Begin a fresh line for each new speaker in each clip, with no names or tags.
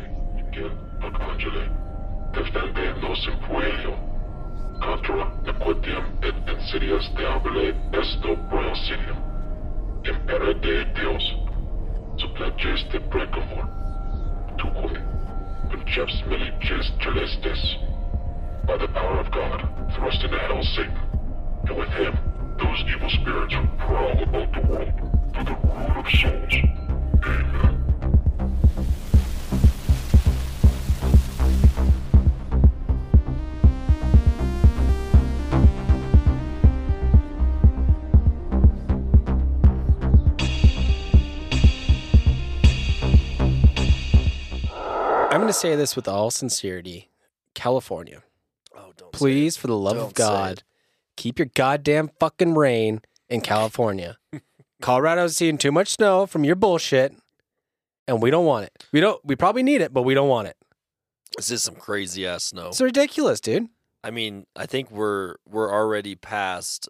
Sergio, Arcangele, defendernos en cuello. Contra nequitiam et insidias deabile esto proesidium. Impere de Deus, supleges de precavor. Tuque, conceps milices celestes. By the power of God, thrust into hell Satan, and with him, those evil spirits who prowl about the world for the ruin of souls. Amen.
I'm going to say this with all sincerity California,
Oh, don't. say
please, for the love
Don't say
of God, keep your goddamn fucking rain in California. Colorado's seeing too much snow from your bullshit, and we don't want it. We don't. We probably need it, but we don't want it.
it. This is some crazy ass snow.
It's ridiculous, dude.
I mean, I think we're we're already past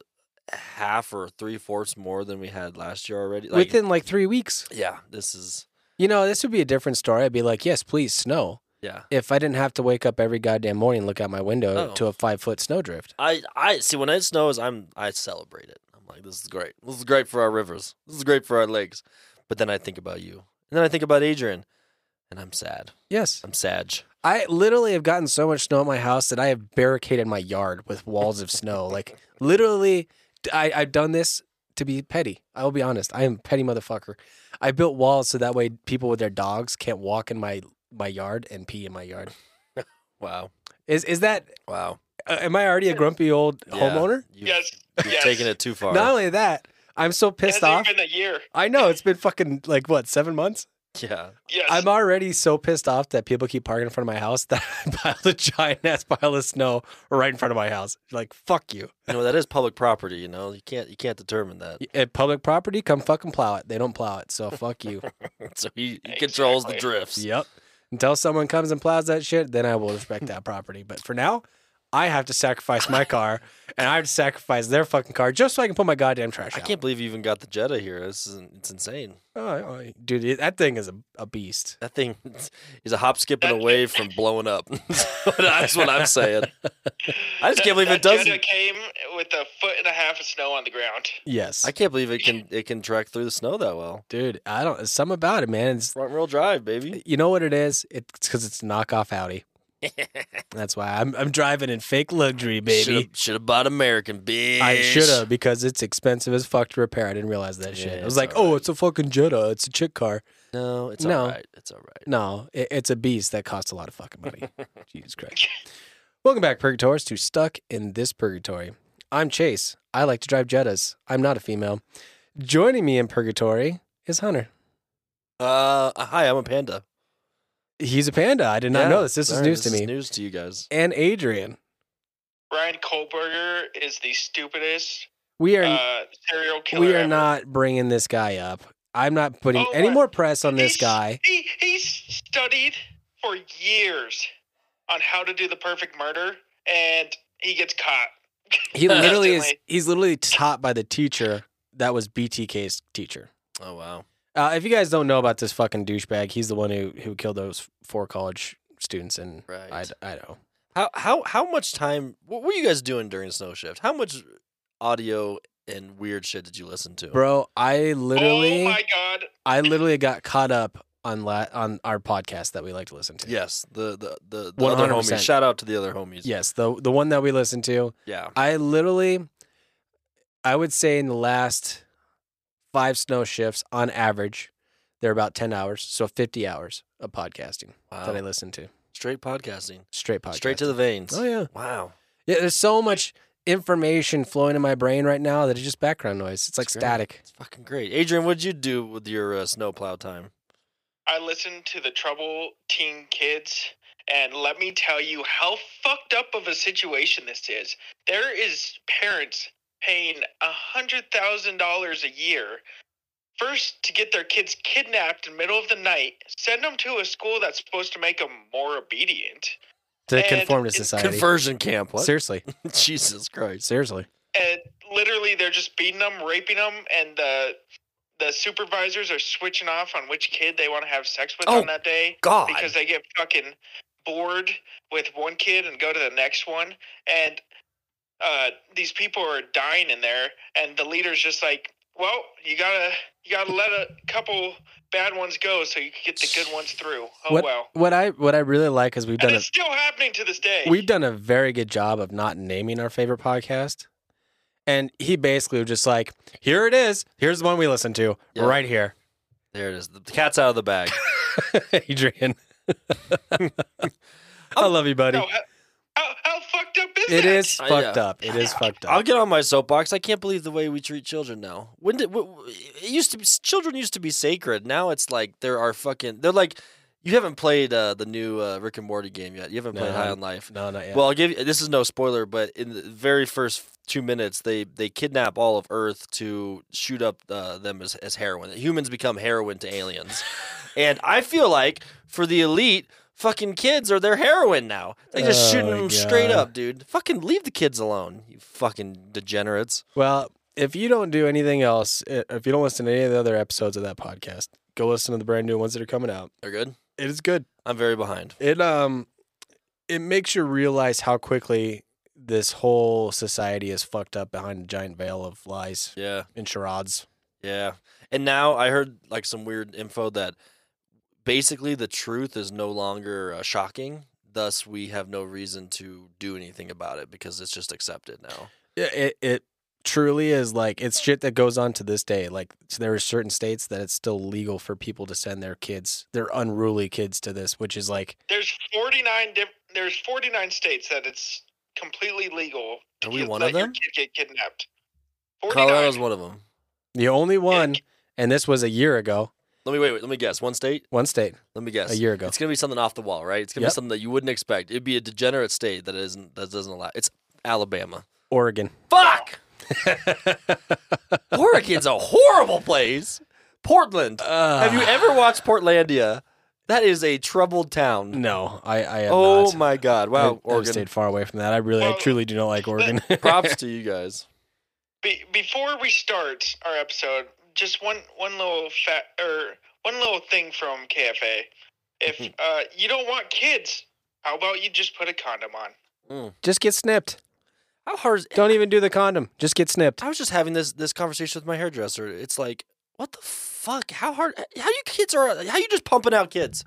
half or three fourths more than we had last year already. Like,
Within like three weeks,
yeah, this is
you know, this would be a different story. I'd be like, yes, please, snow.
yeah.
if I didn't have to wake up every goddamn morning and look out my window
Oh.
to a five foot snowdrift.
I I see when it snows, I'm I celebrate it. I'm like, this is great. This is great for our rivers. This is great for our lakes. But then I think about you, and then I think about Adrian, and I'm sad.
Yes.
I'm sad.
I literally have gotten so much snow at my house that I have barricaded my yard with walls of snow. Like, literally, I, I've done this to be petty. I will be honest. I am a petty motherfucker. I built walls so that way people with their dogs can't walk in my, my yard and pee in my yard.
Wow,
Is, is that,
wow.
uh, am I already a grumpy old
Yeah,
homeowner?
You,
yes.
You're
yes.
taking it too far.
Not only that, I'm so
It
pissed
hasn't
off.
even been a year.
I know it's been fucking like what, seven months?
yeah.
Yes.
I'm already so pissed off that people keep parking in front of my house that I piled a giant ass pile of snow right in front of my house. Like, fuck you.
You know that is public property. You know you can't you can't determine that.
At eh, public property, come fucking plow it. They don't plow it, so fuck you.
So he, he controls the
Exactly.
drifts.
yep. Until someone comes and plows that shit, then I will respect that property. But for now, I have to sacrifice my car and I have to sacrifice their fucking car just so I can put my goddamn trash
I
out.
can't believe you even got the Jetta here. This is it's insane.
Oh, oh, dude, it- that thing is a, a beast.
That thing is a hop skipping
That-
away from blowing up. That's what I'm saying. I just can't believe it
That Jetta
doesn't.
came with a foot and a half of snow on the ground.
Yes.
I can't believe it can it can track through the snow that well.
dude, I don't, some about it, man. It's,
Front wheel drive, baby.
You know what it is? It's because it's knockoff Audi. That's why I'm I'm driving in fake luxury, baby.
should have bought American, bitch.
I should have because it's expensive as fuck to repair. I didn't realize that
Yeah,
shit. I
it's
was like,
all
oh,
right.
it's a fucking Jetta. It's a chick car.
No, it's
No.
all right. It's all right.
No, it, it's a beast that costs a lot of fucking money. Jesus Christ. Welcome back, Purgators, to Stuck in This Purgatory. I'm Chase. I like to drive Jettas. I'm not a female. Joining me in Purgatory is Hunter.
Uh, hi, I'm a panda.
He's a panda. I did not
Yeah,
know this. This is
sorry,
news to
is
me.
news to you guys.
And Adrian.
Ryan Kohlberger is the stupidest
We are
uh, serial killer.
we are
ever.
not bringing this guy up. I'm not putting
Oh,
any
what?
more press on this
He's-
guy.
He, he studied for years on how to do the perfect murder, and he gets caught.
He literally is.
Instantly.
He's literally taught by the teacher that was BTK's teacher.
Oh wow.
Uh, if you guys don't know about this fucking douchebag, he's the one who who killed those four college students in
Right.
I I know.
How how how much time? What were you guys doing during snow shift? How much audio and weird shit did you listen to?
Bro, I literally
Oh my god!
I literally got caught up on la- on our podcast that we like to listen to.
Yes, the the the, the other homies.
100%.
Shout out to the other homies.
Yes, the the one that we listen to.
yeah.
I literally, I would say in the last five snow shifts, on average, they're about 10 hours. So 50 hours of podcasting that I
Wow.
listen to.
Straight podcasting.
Straight podcast.
Straight to the veins.
Oh, yeah.
Wow.
Yeah, there's so much information flowing in my brain right now that it's just background noise. It's like
It's great.
static.
It's fucking great. Adrian, what'd you do with your uh, snowplow time?
I listened to the Trouble Teen Kids, and let me tell you how fucked up of a situation this is. There is parents paying a hundred thousand dollars a year first to get their kids kidnapped in the middle of the night, send them to a school that's supposed to make them more obedient,
To
And
conform to
it's
society.
Conversion camp. What?
Seriously.
Jesus Christ.
Seriously.
and literally they're just beating them, raping them, and the the supervisors are switching off on which kid they want to have sex with
Oh,
on that day
God.
because they get fucking bored with one kid and go to the next one and uh, these people are dying in there and the leader's just like well you gotta you gotta let a couple bad ones go so you can get the good ones through oh
what,
well
what I what I really like is we've
and
done a
it's still happening to this day
we've done a very good job of not naming our favorite podcast. And he basically was just like, here it is. Here's the one we listen to
Yeah.
right here.
There it is. The cat's out of the bag.
Adrian. I love you, buddy.
No, how, how, how fucked up is
It
that?
is
I-
fucked
yeah.
up. It is fucked
I'll
up.
get on my soapbox. I can't believe the way we treat children now. When did w- w- it used to be? Children used to be sacred. Now it's like there are fucking. They're like, you haven't played uh, the new uh, Rick and Morty game yet. You haven't
No,
played
I
High on
haven't.
Life.
No, not yet.
Well, I'll give you. This is no spoiler, but in the very first two minutes, they they kidnap all of Earth to shoot up uh, them as as heroin. Humans become heroin to aliens, and I feel like for the elite. Fucking kids are their heroin now. They just
Oh
shooting
my
them straight
God.
up, dude. Fucking leave the kids alone, you fucking degenerates.
Well, if you don't do anything else, i- if you don't listen to any of the other episodes of that podcast, go listen to the brand new ones that are coming out.
They're good.
It is good.
I'm very behind.
It um it makes you realize how quickly this whole society is fucked up behind a giant veil of lies
Yeah,
and charades.
yeah. And now I heard like some weird info that basically the truth is no longer uh, shocking. Thus, we have no reason to do anything about it because it's just accepted now.
Yeah, it it truly is like it's shit that goes on to this day. Like there are certain states that it's still legal for people to send their kids, their unruly kids to this, which is like
There's 49 diff- there's 49 states that it's completely legal. to
Are we
get-
one
let
of
your
them?
Kid get kidnapped. 49.
Colorado's one of them.
the only one and this was a year ago,
Let me wait, wait. Let me guess. One state.
one state
Let me guess.
a year ago.
It's gonna be something off the wall, right? It's gonna
Yep.
be something that you wouldn't expect. It'd be a degenerate state that isn't that doesn't allow. It's Alabama.
Oregon.
Fuck. Oregon's a horrible place. Portland.
Uh,
Have you ever watched Portlandia? That is a troubled town.
No, I I have
Oh
not.
my god!
I-
Wow,
I've
Oregon.
stayed far away from that. I really, I
Well,
truly do not like Oregon.
Props to you guys.
Be- before we start our episode, just one one little fat or one little thing from KFA.
Mm-hmm.
If uh, you don't want kids, how about you just put a condom on?
just get snipped.
How hard? Is,
Don't even do the condom. Just get snipped.
I was just having this this conversation with my hairdresser. It's like, what the fuck? How hard? How you kids are? How you just pumping out kids?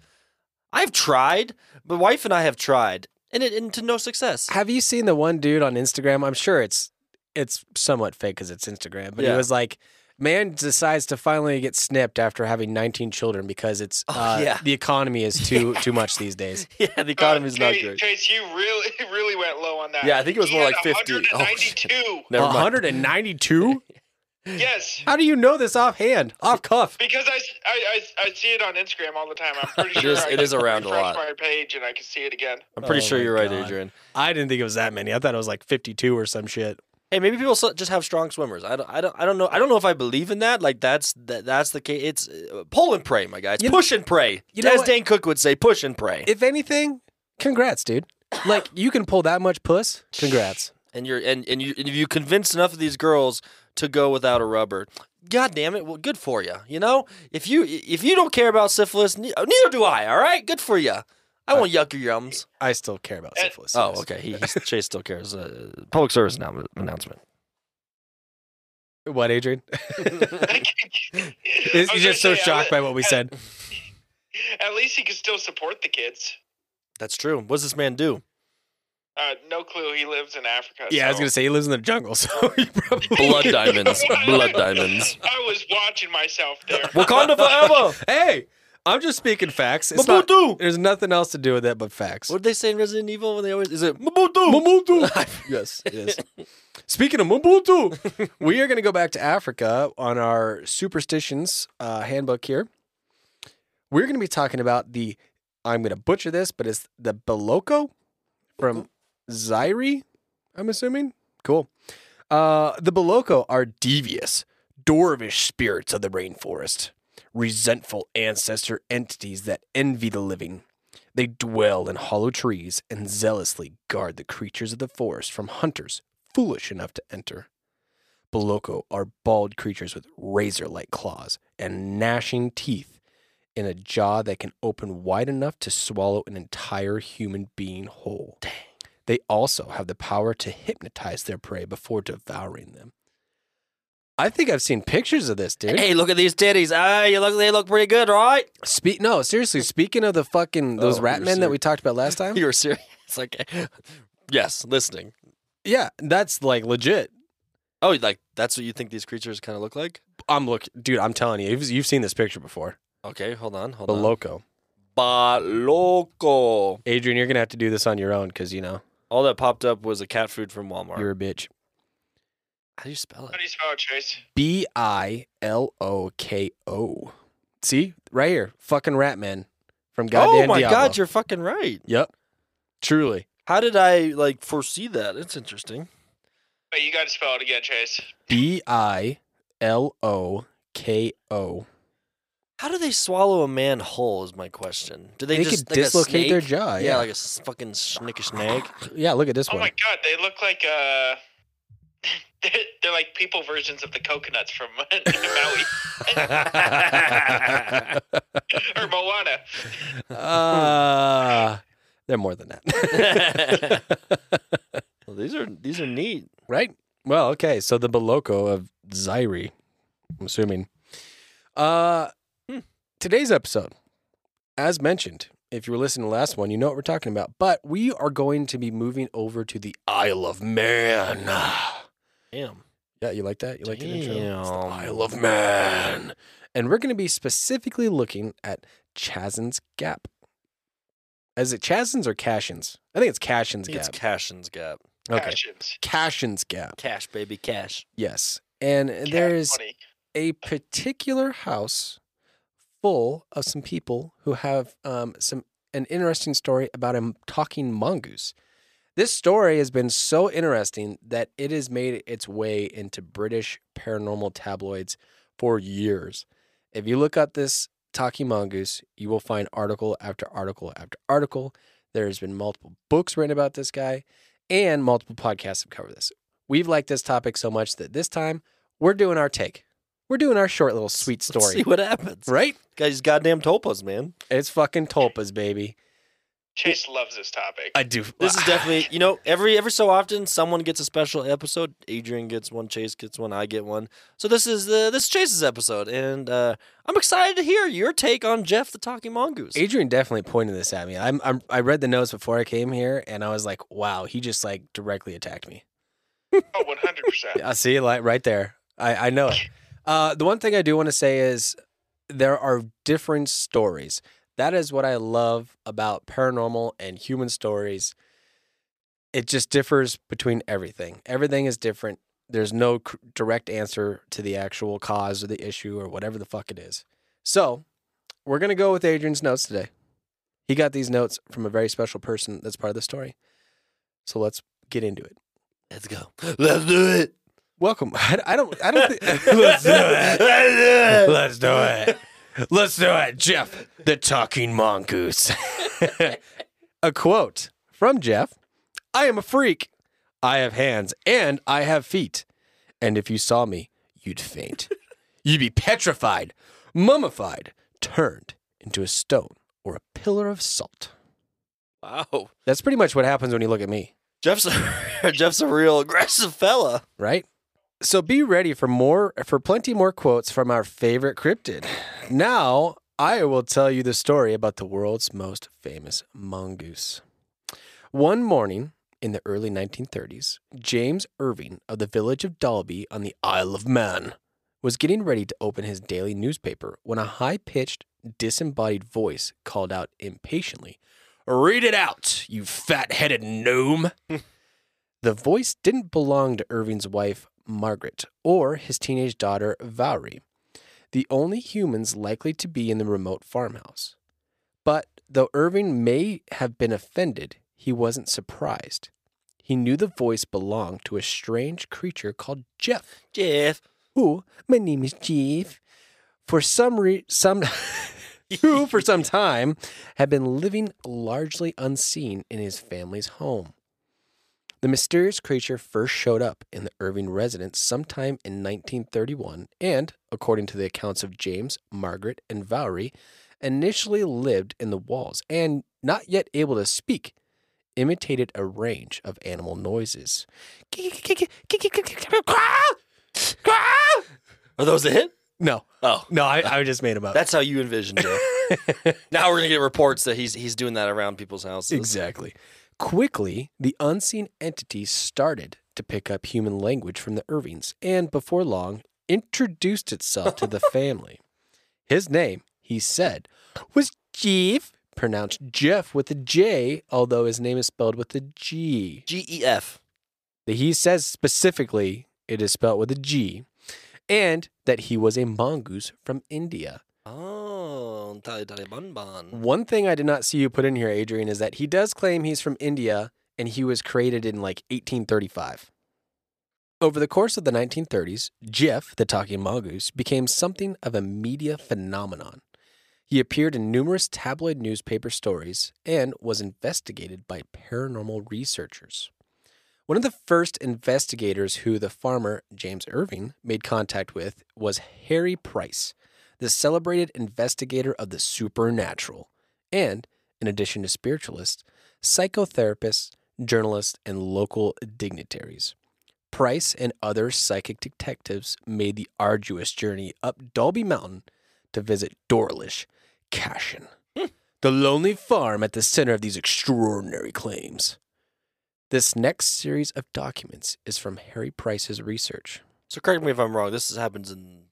I've tried. My wife and I have tried, and it and to no success.
Have you seen the one dude on Instagram? I'm sure it's it's somewhat fake because it's Instagram, but he
Yeah.
was like, man decides to finally get snipped after having 19 children because it's
Oh,
uh,
yeah.
the economy is too too much these days.
yeah, the economy's
Uh,
not
Chase-
great.
Chase, you really really went low on that.
Yeah, I think it was
He
more
had
like 50. Oh,
192.
Never mind.
192?
yes.
How do you know this offhand, off cuff?
Because I, s- I- I s- I see it on Instagram all the time. I'm pretty
It
sure
is-
I
it is
can
around a
refresh
lot.
My page and I can see it again.
I'm pretty
Oh
sure
my
you're right,
God.
Adrian.
I didn't think it was that many. I thought it was like 52 or some shit.
Hey, maybe people so- just have strong swimmers. I don't, I don't, I don't know. I don't know if I believe in that. Like that's that, that's the case. It's uh, pull and pray, my guys.
You know-
push and pray.
you know
As
what?
Dane Cook would say, push and pray.
If anything, congrats, dude. Like you can pull that much puss. Congrats.
and you're and and you and if you convince enough of these girls to go without a rubber, god damn it, well, good for you. You know, if you if you don't care about syphilis, ne- oh, neither do I. All right, good for you. I won't yuck your yums.
I still care about
And-
syphilis.
Oh,
yes.
okay. He, he's- Chase still cares. Uh, public service annou- announcement.
What, Adrian?
I was
He's
gonna
just so
say, at
shocked
le-
by what we said.
At least he can still support the kids.
That's true. What does this man do?
Uh, no clue. He lives in Africa.
Yeah, I was gonna say he lives in the jungle, so he probably
Blood diamonds. Blood diamonds.
I was watching myself there.
Wakanda forever.
Hey, I'm just speaking facts. It's not,
Mabudu.
there's nothing else to do with it but facts.
What did they say in Resident Evil when they always is it Mabudu?
Mabudu. yes, yes. Speaking of Mabudu, we are going to go back to Africa on our superstitions uh, handbook here. We're going to be talking about the, I'm going to butcher this, but it's the Boloko from Zaire, I'm assuming. Cool. Uh, the Boloko are devious, dwarvish spirits of the rainforest, resentful ancestor entities that envy the living. They dwell in hollow trees and zealously guard the creatures of the forest from hunters foolish enough to enter. Boloko are bald creatures with razor like claws and gnashing teeth in a jaw that can open wide enough to swallow an entire human being whole. They also have the power to hypnotize their prey before devouring them. I think I've seen pictures of this, dude.
Hey, look at these titties. Ah, you look. They look pretty good, right?
Spe- no, seriously, speaking of the fucking those
Oh,
rat
you're
men that
serious.
we talked about last time,
You were serious. Like, yes, listening.
yeah, that's like legit.
Oh, like that's what you think these creatures kind of look like?
I'm look, dude. I'm telling you, you've, you've seen this picture before.
Okay, hold on, hold
The
on.
loco,
Baloco.
Adrian, you're gonna have to do this on your own because you know
All that popped up was a cat food from Walmart.
you're a bitch.
How do you spell
How
it?
do you spell it, Chase?
B I L O K O. See, right here, fucking rat man from goddamn
oh my
Diablo.
god, you're fucking right.
yep, truly.
How did I like foresee that? It's interesting.
But you got to spell it again, Chase.
B I L O K O.
How do they swallow a man whole? Is my question. Do they,
They
just
could
like a
dislocate their
snake?
jaw.
yeah,
Yeah,
like a s- fucking snick a snake.
yeah. Look at this
Oh
one.
my god, they look like uh, they're, they're like people versions of the coconuts from Maui or Moana.
Uh, they're more than that.
Well, these are these are neat.
right? Well, okay. So the Boloco of Zaire, I'm assuming. Uh,
Hmm.
Today's episode, as mentioned, if you were listening to the last one, you know what we're talking about. But we are going to be moving over to the Isle of Man.
Damn.
Yeah, you like that? You like that intro? It's the
Damn.
Isle of Man. And we're going to be specifically looking at Chazin's Gap. Is it Chazin's or Cashin's? I think it's Cashin's
It's
Gap.
Cashin's gap.
okay.
Passions.
Cashin's Gap.
Cash, baby, cash.
Yes. And uh, there is a particular house full of some people who have um, some an interesting story about a m- talking mongoose. This story has been so interesting that it has made its way into British paranormal tabloids for years. If you look up this talking mongoose, you will find article after article after article. There's been multiple books written about this guy, and multiple podcasts have covered this. We've liked this topic so much that this time we're doing our take. We're doing our short little sweet
Let's
story,
see what happens.
right?
Got these goddamn topos, man.
It's fucking tulpas, baby.
Chase loves this topic.
I do.
This is definitely, you know, every every so often someone gets a special episode. Adrian gets one, Chase gets one, I get one. So this is the this is Chase's episode, and uh, I'm excited to hear your take on Jeff the Talking Mongoose.
Adrian definitely pointed this at me. I'm, I'm I read the notes before I came here, and I was like, "Wow, he just like directly attacked me."
oh, 100%.
I see, like right there. I I know it. Uh, the one thing I do want to say is there are different stories. That is what I love about paranormal and human stories. It just differs between everything. Everything is different. There's no c- direct answer to the actual cause or the issue or whatever the fuck it is. So, we're going to go with Adrian's notes today. He got these notes from a very special person that's part of the story. So, let's get into it.
Let's go. Let's do it.
Welcome. I, I don't I don't think
Let's do it.
Let's do it. Let's do it. Jeff, the talking mongoose. a quote from Jeff I am a freak. I have hands and I have feet. And if you saw me, you'd faint. You'd be petrified, mummified, turned into a stone or a pillar of salt.
Wow,
That's pretty much what happens when you look at me.
Jeff's a, Jeff's a real aggressive fella.
right? So be ready for more for plenty more quotes from our favorite cryptid. Now I will tell you the story about the world's most famous mongoose. One morning in the early 1930s, James Irving of the village of Dalby on the Isle of Man was getting ready to open his daily newspaper when a high-pitched, disembodied voice called out impatiently, "Read it out, you fat-headed gnome!" The voice didn't belong to Irving's wife, Margaret, or his teenage daughter, Valerie, the only humans likely to be in the remote farmhouse. But though Irving may have been offended, he wasn't surprised. He knew the voice belonged to a strange creature called Jeff.
Jeff.
Who? My name is Jeff. For some re- some who for some time had been living largely unseen in his family's home. The mysterious creature first showed up in the Irving residence sometime in 1931 and, according to the accounts of James, Margaret, and Valerie, initially lived in the walls and, not yet able to speak, imitated a range of animal noises.
Are those it?
No,
Oh,
no, I, I just made them up.
that's how you envisioned it. now we're gonna get reports that he's he's doing that around people's houses.
Exactly. Quickly, the unseen entity started to pick up human language from the Irvings and before long introduced itself to the family. His name, he said, was Jeff, pronounced Jeff with a J, although his name is spelled with a G.
G E F.
That He says specifically it is spelled with a G, and that he was a mongoose from India.
Oh, tali tali bun bun.
One thing I did not see you put in here, Adrian, is that he does claim he's from India and he was created in like 1835. Over the course of the 1930s, Jeff, the talking mongoose, became something of a media phenomenon. He appeared in numerous tabloid newspaper stories and was investigated by paranormal researchers. One of the first investigators who the farmer, James Irving, made contact with was Harry Price the celebrated investigator of the supernatural, and, in addition to spiritualists, psychotherapists, journalists, and local dignitaries. Price and other psychic detectives made the arduous journey up Dolby Mountain to visit Dorlish Cashin, the lonely farm at the center of these extraordinary claims. This next series of documents is from Harry Price's research.
So correct me if I'm wrong. This is- happens in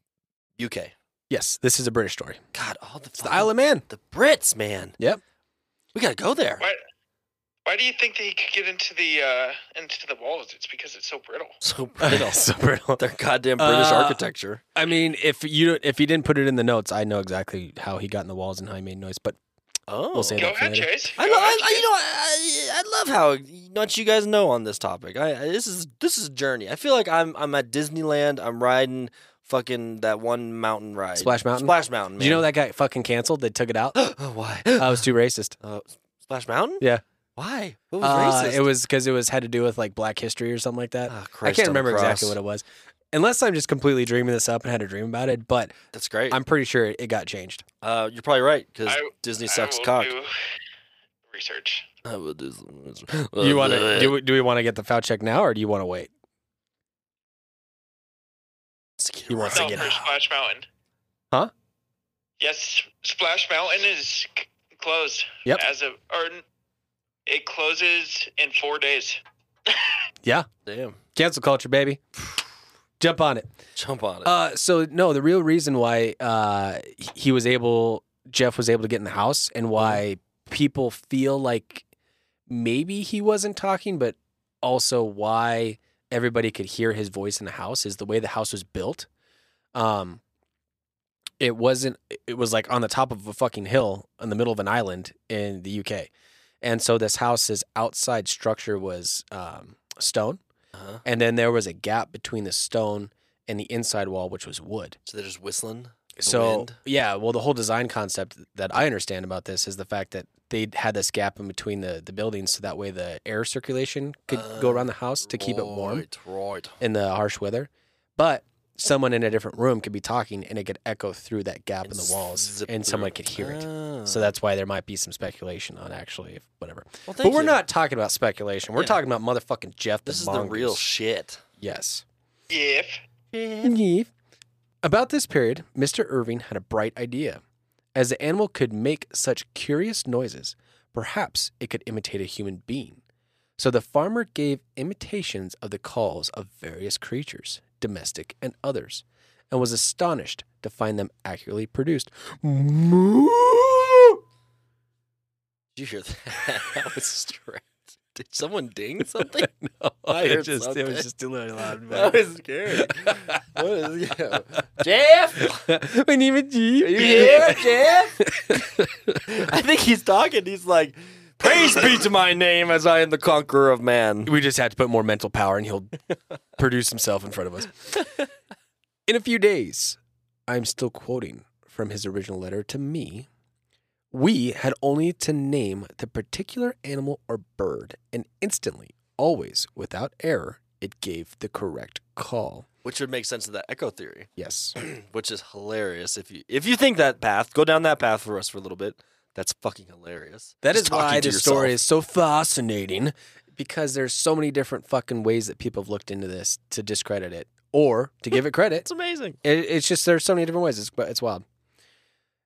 UK.
Yes, this is a British story.
God, all the
It's the Isle of Man.
the Brits, man.
Yep.
We gotta go there.
Why, why do you think they could get into the uh, into the walls? It's because it's so brittle.
So brittle.
So brittle.
Their goddamn British
Uh,
architecture.
I mean, if you if he didn't put it in the notes, I know exactly how he got in the walls and how he made noise. But
Oh,
we'll say
Go
that for
ahead,
later.
Chase.
I,
Go
lo-
ahead,
I, I- you
Chase.
know, I, I love how much you guys know on this topic. I, I this is this is a journey. I feel like I'm I'm at Disneyland. I'm riding fucking that one mountain ride,
Splash Mountain?
Splash Mountain.
Did you know that guy fucking canceled? They took it out. I
that? oh, why?
was too racist.
Uh, Splash Mountain?
Yeah.
Why? What was
Uh,
racist?
it was because it was had to do with like Black History or something like that.
Ah,
I
Christ
can't
on the
remember exactly
cross.
what it was, unless I'm just completely dreaming this up and had a dream about it. But
That's great.
I'm pretty sure it got changed.
uh, you're probably right because
I-
Disney
I
sucks
will
cock.
do research.
I will do some- uh,
you want to? Do, we- do we want to get the foul check now, or do you want to wait? He wants to
No,
get
for
out.
Splash Mountain.
Huh?
Yes, Splash Mountain is c- closed.
Yep.
As of or n- it closes in four days.
Damn,
Cancel culture, baby. Jump on it.
jump on it.
Uh, so no, the real reason why uh, he was able, Jeff was able to get in the house, and why people feel like maybe he wasn't talking, but also why everybody could hear his voice in the house is the way the house was built. Um, it wasn't. It was like on the top of a fucking hill in the middle of an island in the UK, and so this house's outside structure was um, stone,
Uh-huh.
and then there was a gap between the stone and the inside wall, which was wood.
So they're just whistling. the
So
wind?
yeah, well, the whole design concept that I understand about this is the fact that they had this gap in between the the buildings, so that way the air circulation could go
Uh,
around the house to keep it warm
Right, right.
in the harsh weather. But someone in a different room could be talking, and it could echo through that gap in the walls,
zip
and
through.
someone could hear it.
Ah.
So that's why there might be some speculation on actually if whatever.
Well,
but
thank
we're
you.
not talking about speculation. We're
Yeah.
talking about motherfucking Jeff.
This is the
mongoose.
real shit.
yes.
If
Eve. About this period, Mr. Irving had a bright idea. As the animal could make such curious noises, perhaps it could imitate a human being. So the farmer gave imitations of the calls of various creatures, domestic and others, and was astonished to find them accurately produced.
Did you hear that? that was strange. Did someone ding something? I
It
heard
just- it
something.
was just a little loud.
that was scary. what is Jeff?
My name is G.
Are you here, Jeff? I think he's talking. He's like, Praise be to my name as I am the conqueror of man.
We just have to put more mental power and he'll produce himself in front of us. In a few days, I'm still quoting from his original letter to me. We had only to name the particular animal or bird, and instantly always, without error, it gave the correct call.
which would make sense of that echo theory,
Yes.
which is hilarious. If you if you think that path, go down that path for us for a little bit. That's fucking hilarious.
That
Just
is
talking
why
to
this story
yourself.
is so fascinating because there's so many different fucking ways that people have looked into this to discredit it or to give it credit.
It's amazing.
It, it's just there's so many different ways. It's but it's wild.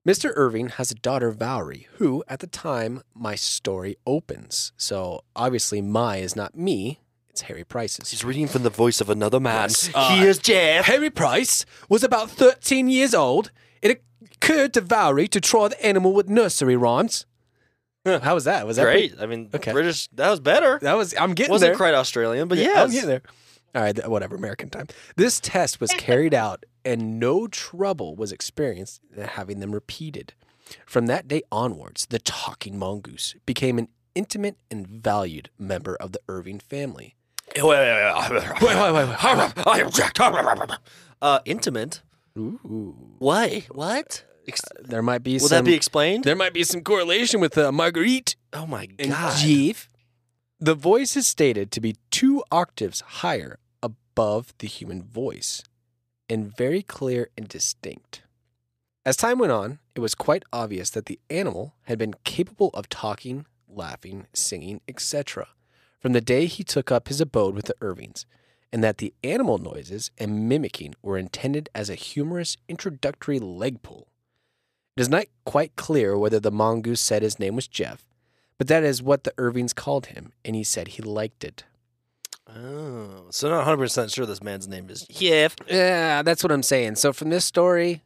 Mr. Irving has a daughter, Valerie, who at the time my story opens. So obviously, my is not me; it's Harry Price's.
He's reading from the voice of another man.
Yes, uh,
Here's Jeff.
Harry Price was about 13 years old. It occurred to Valerie to try the animal with nursery rhymes. How was that? Was that pretty-
Great. I mean,
Okay.
British. That was better.
that was I'm getting
Wasn't
there.
quite Australian, but
Yeah,
yeah, Oh,
I'm getting there. All right, th- whatever, American time. This test was carried out and no trouble was experienced in having them repeated. From that day onwards, the talking mongoose became an intimate and valued member of the Irving family. Wait, wait, wait, wait.
I object. Uh, intimate.
Ooh.
Why? What? Ex-
There might be
will
some
that be explained?
there might be some correlation with uh, Marguerite
Oh my
and
god.
Jeeve. The voice is stated to be two octaves higher above the human voice and very clear and distinct. As time went on, it was quite obvious that the animal had been capable of talking, laughing, singing, etc., from the day he took up his abode with the Irvings, and that the animal noises and mimicking were intended as a humorous introductory leg pull. It is not quite clear whether the mongoose said his name was Jeff, but that is what the Irvings called him, and he said he liked it.
Oh, so not 100 percent sure this man's name is Jeff.
Yeah, that's what I'm saying. So from this story,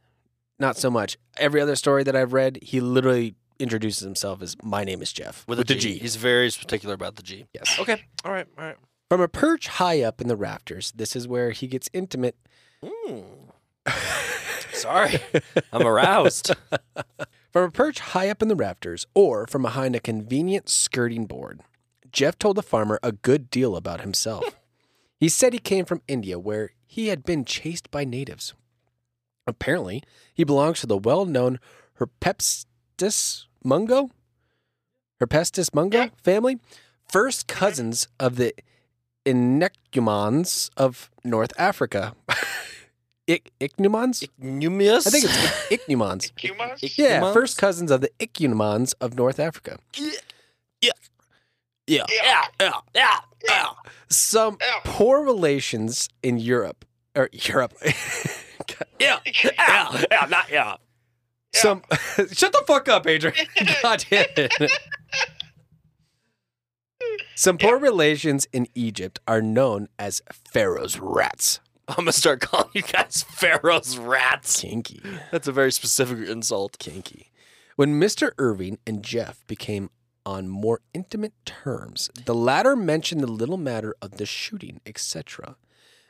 not so much. Every other story that I've read, he literally introduces himself as "My name is Jeff"
With, a G. He's very particular about the G.
Yes.
Okay. All right. All right.
From a perch high up in the rafters, this is where he gets intimate.
Mm. Sorry, I'm aroused.
From a perch high up in the rafters, or from behind a convenient skirting board, Jeff told the farmer a good deal about himself. he said he came from India, where he had been chased by natives. Apparently, he belongs to the well known Herpestis mungo, Herpestis mungo
Yeah.
family, first cousins of the Inecumans of North Africa. Ik- Icnumans?
Numius.
I think it's Ik- Icnumans.
Kumas?
Ick-
Yeah,
Icnumans?
first cousins of the Icnumans of North Africa. Yeah.
Yeah.
yeah, yeah.
Some
Ow.
poor relations in Europe or Europe. God.
yeah, yeah, not yeah.
Some shut the fuck up, Adrian. God damn it. Some poor relations in Egypt are known as Pharaoh's rats.
I'm gonna start calling you guys Pharaoh's rats.
Kinky.
That's a very specific insult.
Kinky. When Mr. Irving and Jeff became on more intimate terms, the latter mentioned the little matter of the shooting, etc.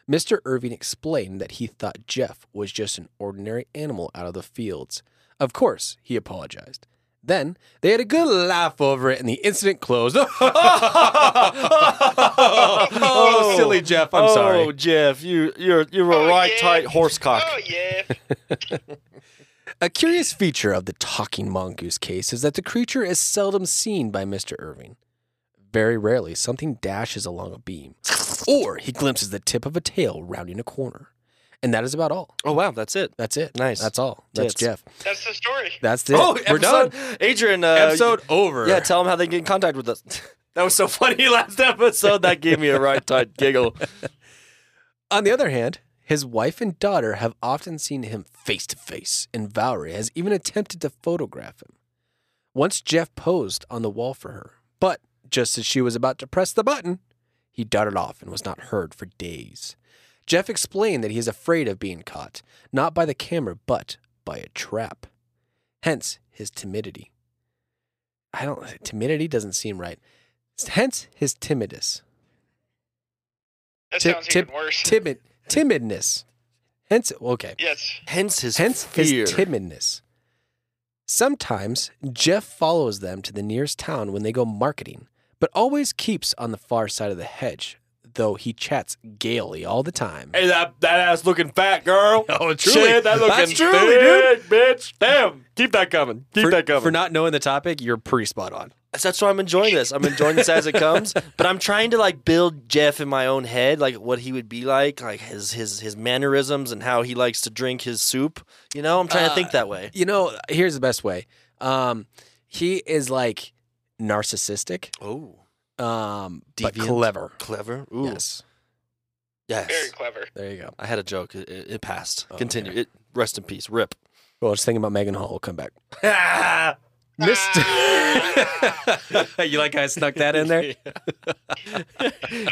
Mr. Irving explained that he thought Jeff was just an ordinary animal out of the fields. Of course, he apologized. Then they had a good laugh over it and the incident closed. oh, silly Jeff, I'm
oh,
sorry.
Jeff, you you're you're a
Oh,
right
yeah.
tight horse cock.
Oh yeah.
A curious feature of the talking mongoose case is that the creature is seldom seen by Mr. Irving. Very rarely, something dashes along a beam, or he glimpses the tip of a tail rounding a corner. And that is about all.
Oh wow, that's it.
That's it.
Nice.
That's all. That's
Tits.
Jeff.
That's the story.
That's it.
Oh,
We're
episode,
done.
Adrian. Uh,
episode over.
Yeah, tell them how they get in contact with us. that was so funny last episode. That gave me a right tight giggle.
On the other hand, his wife and daughter have often seen him face to face, and Valerie has even attempted to photograph him. Once Jeff posed on the wall for her, but just as she was about to press the button, he darted off and was not heard for days. Jeff explained that he is afraid of being caught, not by the camera, but by a trap. Hence his timidity. I don't, timidity doesn't seem right. Hence his timidus
That
Tip-
sounds
tip-
even worse.
timid timidness. Hence, okay.
Yes.
Hence his
Hence
fear.
his timidness. Sometimes Jeff follows them to the nearest town when they go marketing, but always keeps on the far side of the hedge, though he chats gaily all the time.
Hey, that, that ass looking fat girl.
Oh, truly.
Shit, that looking
That's truly, dude.
thick, bitch. Damn, keep that coming. Keep
for,
that coming.
for not knowing the topic, you're pretty spot on.
That's why I'm enjoying this. I'm enjoying this as it comes, but I'm trying to like build Jeff in my own head, like what he would be like, like his his his mannerisms and how he likes to drink his soup. You know, I'm trying to
Uh,
think that way.
You know, here's the best way. Um, he is like narcissistic,
Oh,
um, but
Deviant?
clever.
clever. Ooh.
Yes,
Yes.
Very clever.
there you go.
I had a joke. It, it it passed.
Oh,
Continue.
okay.
It, rest in peace. Rip.
Well, just thinking about Megan Hall. We'll come back.
Ah!
Ah.
Mr. you like how I snuck that in there?
Uh,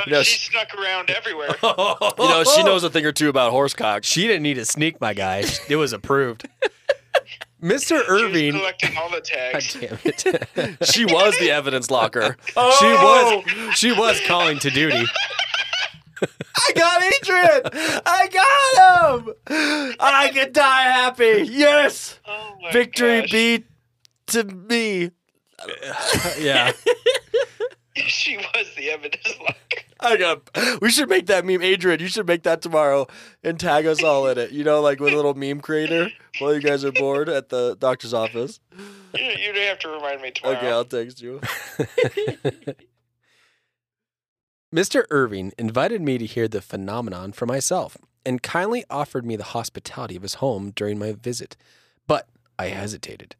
No,
she
she-
snuck around everywhere.
you
You know, she knows a thing or two about horsecock.
She didn't need to sneak, my guy. It was approved. Mr.
She was
Irving.
collecting all the
God
tags.
damn it.
She was the evidence locker.
She
Oh!
was she was calling to duty.
I got Adrian. I got him. I could die happy. Yes.
Oh my
Victory
gosh.
be to me.
Yeah.
She was the evidence locker.
I got. We should make that meme, Adrian. You should make that tomorrow and tag us all in it. You know, like with a little meme creator while you guys are bored at the doctor's office.
You, you don't have to remind me tomorrow.
Okay, I'll text you.
Mr. Irving invited me to hear the phenomenon for myself and kindly offered me the hospitality of his home during my visit. But I hesitated.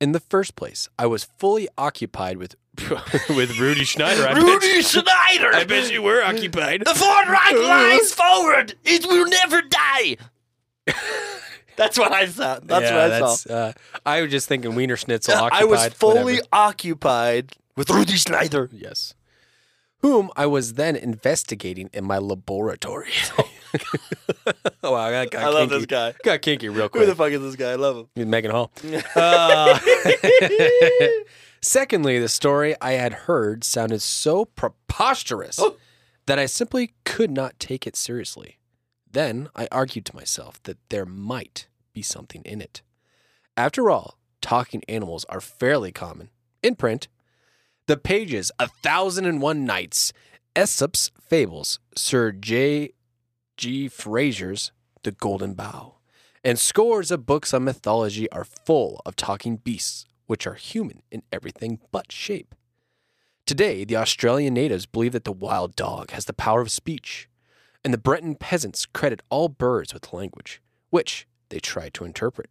In the first place, I was fully occupied with with Rudy Schneider. I
Rudy Schneider.
I bet you were occupied.
The Ford Rock lies forward. It will never die. that's what I saw. That's
Yeah,
what I saw.
that's, Uh, I was just thinking Wiener Schnitzel. Occupied,
I was fully
whatever.
occupied with Rudy Schneider.
yes, whom I was then investigating in my laboratory. oh, wow, I, got
I love
kinky.
this guy.
Got kinky real
Who the
quick.
fuck is this guy? I love him.
With Megan Hall. Uh, Secondly, the story I had heard sounded so preposterous
Oh.
that I simply could not take it seriously. Then I argued to myself that there might be something in it. After all, talking animals are fairly common in print. The pages of Thousand and One Nights, Aesop's Fables, Sir J. G. Fraser's The Golden Bough, and scores of books on mythology are full of talking beasts, which are human in everything but shape. Today, the Australian natives believe that the wild dog has the power of speech, and the Breton peasants credit all birds with language, which they try to interpret.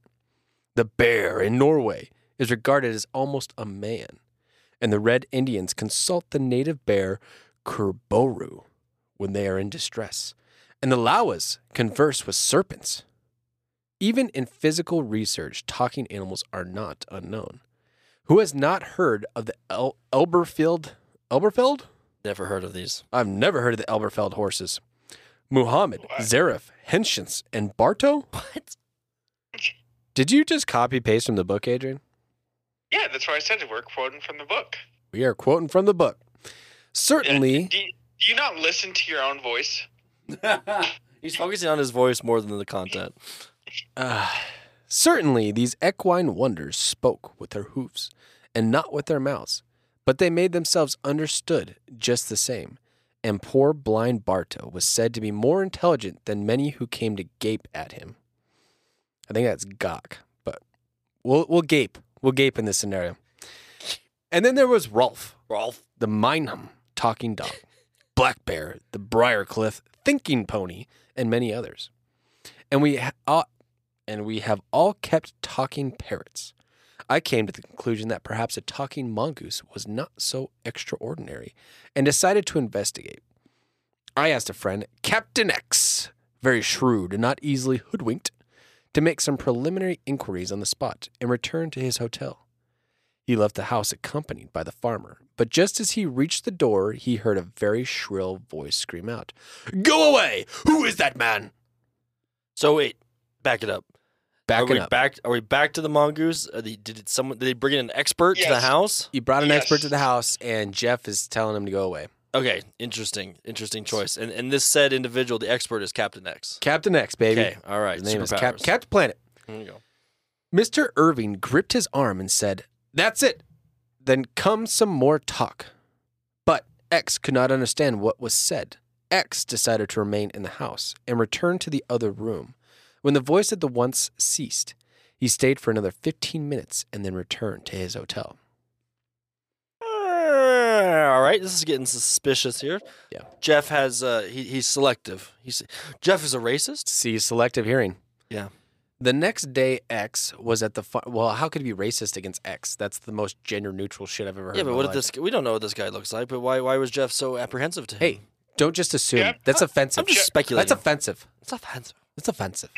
The bear in Norway is regarded as almost a man, and the Red Indians consult the native bear Kerboru when they are in distress, and the Lawas converse with serpents. Even in physical research, talking animals are not unknown. Who has not heard of the El- Elberfeld? Elberfeld?
Never heard of these.
I've never heard of the Elberfeld horses. Muhammad,
What?
Zarif, Henschens, and Barto?
What?
Did you just copy paste from the book, Adrian?
Yeah, that's why I said it. We're quoting from the book.
We are quoting from the book. Certainly,
Do you, do you not listen to your own voice?
He's focusing on his voice more than the content.
uh, certainly these equine wonders spoke with their hoofs and not with their mouths, but they made themselves understood just the same. And poor blind Barto was said to be more intelligent than many who came to gape at him. I think that's gawk, but we'll we'll gape. We'll gape in this scenario. And then there was Rolf,
Rolf.
the Mineham talking dog, Black Bear, the Briarcliff thinking pony, and many others. And we ha- all, and we have all kept talking parrots. I came to the conclusion that perhaps a talking mongoose was not so extraordinary and decided to investigate. I asked a friend, Captain X, very shrewd and not easily hoodwinked, to make some preliminary inquiries on the spot and returned to his hotel. He left the house accompanied by the farmer, but just as he reached the door, he heard a very shrill voice scream out, Go away! Who is that man?
So wait, back it up. are
Backing
we
up.
back? Are we back to the mongoose? Are they, did it, someone? Did they bring in an expert to the
Yes.
house?
He brought an
Yes.
expert to the house, and Jeff is telling him to go away.
Okay, interesting, interesting choice. And and this said individual, the expert is Captain X.
Captain X, baby.
Okay, all right.
His name is Cap-
superpowers.
Captain Planet.
There you go.
Mr. Irving gripped his arm and said, That's it. Then come some more talk. But X could not understand what was said. X decided to remain in the house and returned to the other room. When the voice at the once ceased, he stayed for another 15 minutes and then returned to his hotel.
Ah, right, this is getting suspicious here.
Yeah.
Jeff has uh, he, he's selective. He's Jeff is a racist.
See, selective hearing.
Yeah.
The next day, X was at the fu- well. How could it be racist against X? That's the most gender neutral shit I've ever heard.
yeah,
in
but
my
what if
life.
this? We don't know what this guy looks like. But why why was Jeff so apprehensive to him?
Hey, don't just assume.
Yeah,
That's offensive.
I'm just
Jeff-
speculating.
That's offensive.
it's offensive.
That's offensive.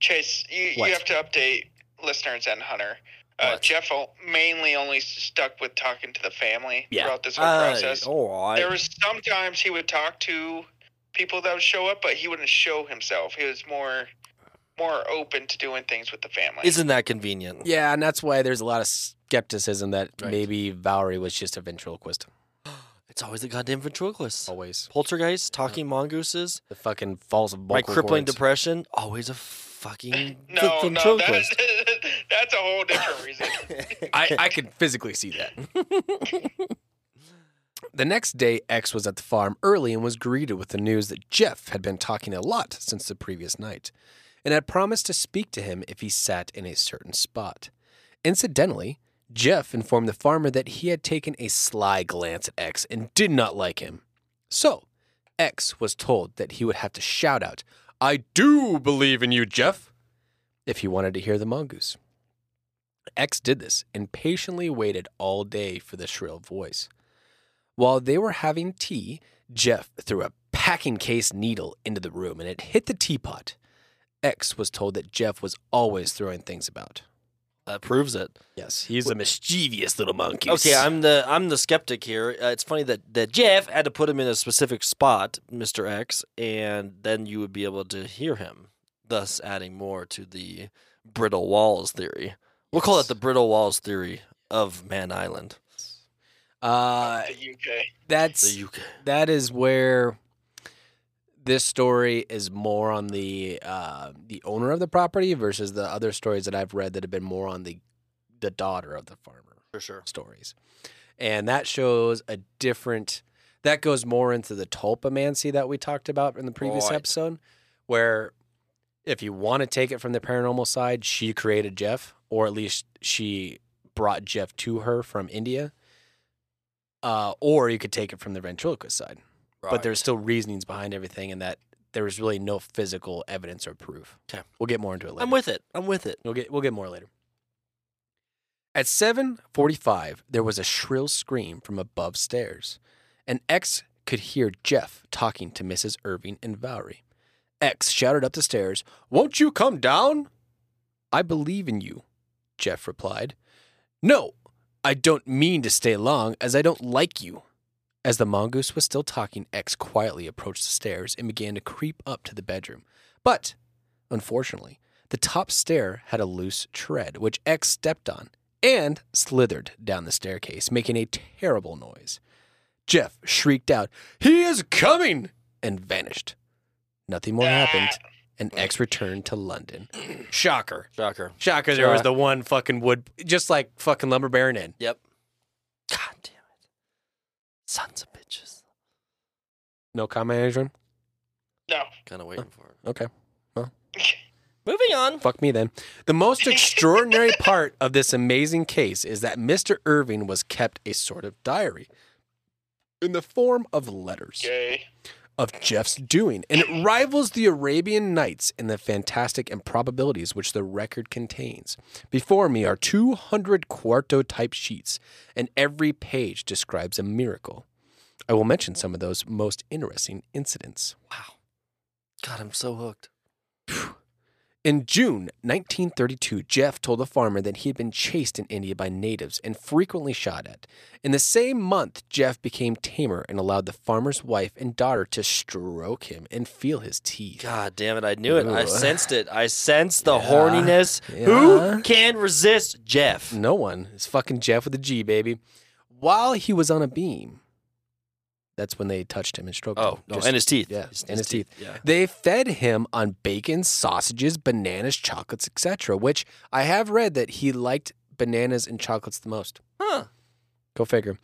Chase, you,
What?
you have to update listeners and Hunter. Uh,
What?
Jeff o- mainly only stuck with talking to the family
Yeah. Uh, oh
throughout this whole
Aye,
process.
all right.
There was sometimes he would talk to people that would show up, but he wouldn't show himself. He was more more open to doing things with the family.
Isn't that convenient?
Yeah, and that's why there's a lot of skepticism that
Right.
maybe Valerie was just a ventriloquist.
It's always the goddamn ventriloquist.
Always
Poltergeist, talking mongooses,
the fucking false vocal
my crippling
cords.
depression, always a fucking
no,
ven-
no, that,
ventriloquist.
that's a whole different reason.
I, I could physically see that. the next day, X was at the farm early and was greeted with the news that Jeff had been talking a lot since the previous night and had promised to speak to him if he sat in a certain spot. Incidentally, Jeff informed the farmer that he had taken a sly glance at X and did not like him. So, X was told that he would have to shout out, I do believe in you, Jeff, if he wanted to hear the mongoose. X did this and patiently waited all day for the shrill voice. While they were having tea, Jeff threw a packing case needle into the room and it hit the teapot. X was told that Jeff was always throwing things about.
that proves it.
Yes, he's a mischievous little monkey.
Okay, I'm the I'm the skeptic here. Uh, it's funny that, that Jeff had to put him in a specific spot, Mr. X, and then you would be able to hear him, thus adding more to the brittle walls theory. We'll call it
Yes.
the brittle walls theory of Man Island.
Uh,
the UK.
that's
The UK.
that is where this story is more on the uh, the owner of the property versus the other stories that I've read that have been more on the the daughter of the farmer.
For sure.
stories. And that shows a different that goes more into the tulpomancy that we talked about in the previous
Right.
episode, where if you want to take it from the paranormal side, she created Jeff, or at least she brought Jeff to her from India. Uh, or you could take it from the ventriloquist side. But there's still reasonings behind everything and that there was really no physical evidence or proof.
'Kay.
We'll get more into it later.
I'm with it. I'm with it.
We'll get we'll get more later. At 7:45, there was a shrill scream from above stairs, and X could hear Jeff talking to Mrs. Irving and Valerie. X shouted up the stairs, "Won't you come down?" "I believe in you," Jeff replied. "No, I don't mean to stay long, as I don't like you." As the mongoose was still talking, X quietly approached the stairs and began to creep up to the bedroom. But, unfortunately, the top stair had a loose tread, which X stepped on and slithered down the staircase, making a terrible noise. Jeff shrieked out, He is coming! and vanished. Nothing more happened, and X returned to London. Shocker.
Shocker.
Shocker, there was
Shock.
the one fucking wood, just like fucking Lumber Baron in.
Yep. God damn it. Sons of bitches.
No comment, Adrian?
No.
Kind of waiting for it.
Okay.
Moving on.
Fuck me then. The most extraordinary part of this amazing case is that Mr. Irving was kept a sort of diary in the form of letters.
Gay.
of Jeff's doing, and it rivals the Arabian Nights in the fantastic improbabilities which the record contains. Before me are 200 quarto type sheets, and every page describes a miracle. I will mention some of those most interesting incidents.
Wow. God, I'm so hooked.
In June 1932, Jeff told a farmer that he had been chased in India by natives and frequently shot at. In the same month, Jeff became tamer and allowed the farmer's wife and daughter to stroke him and feel his teeth.
God damn it. I knew it. I
Ooh.
sensed it. I sensed the
Yeah.
horniness.
Yeah. Mm,
Who can resist Jeff?
No one. It's fucking Jeff with a G, baby. While he was on a beam, that's when they touched him and stroked him.
Oh, no.
Just-
and his teeth.
yeah, and his teeth.
Yeah.
They fed him on bacon, sausages, bananas, chocolates, etc., which I have read that he liked bananas and chocolates the most.
Huh.
Go figure.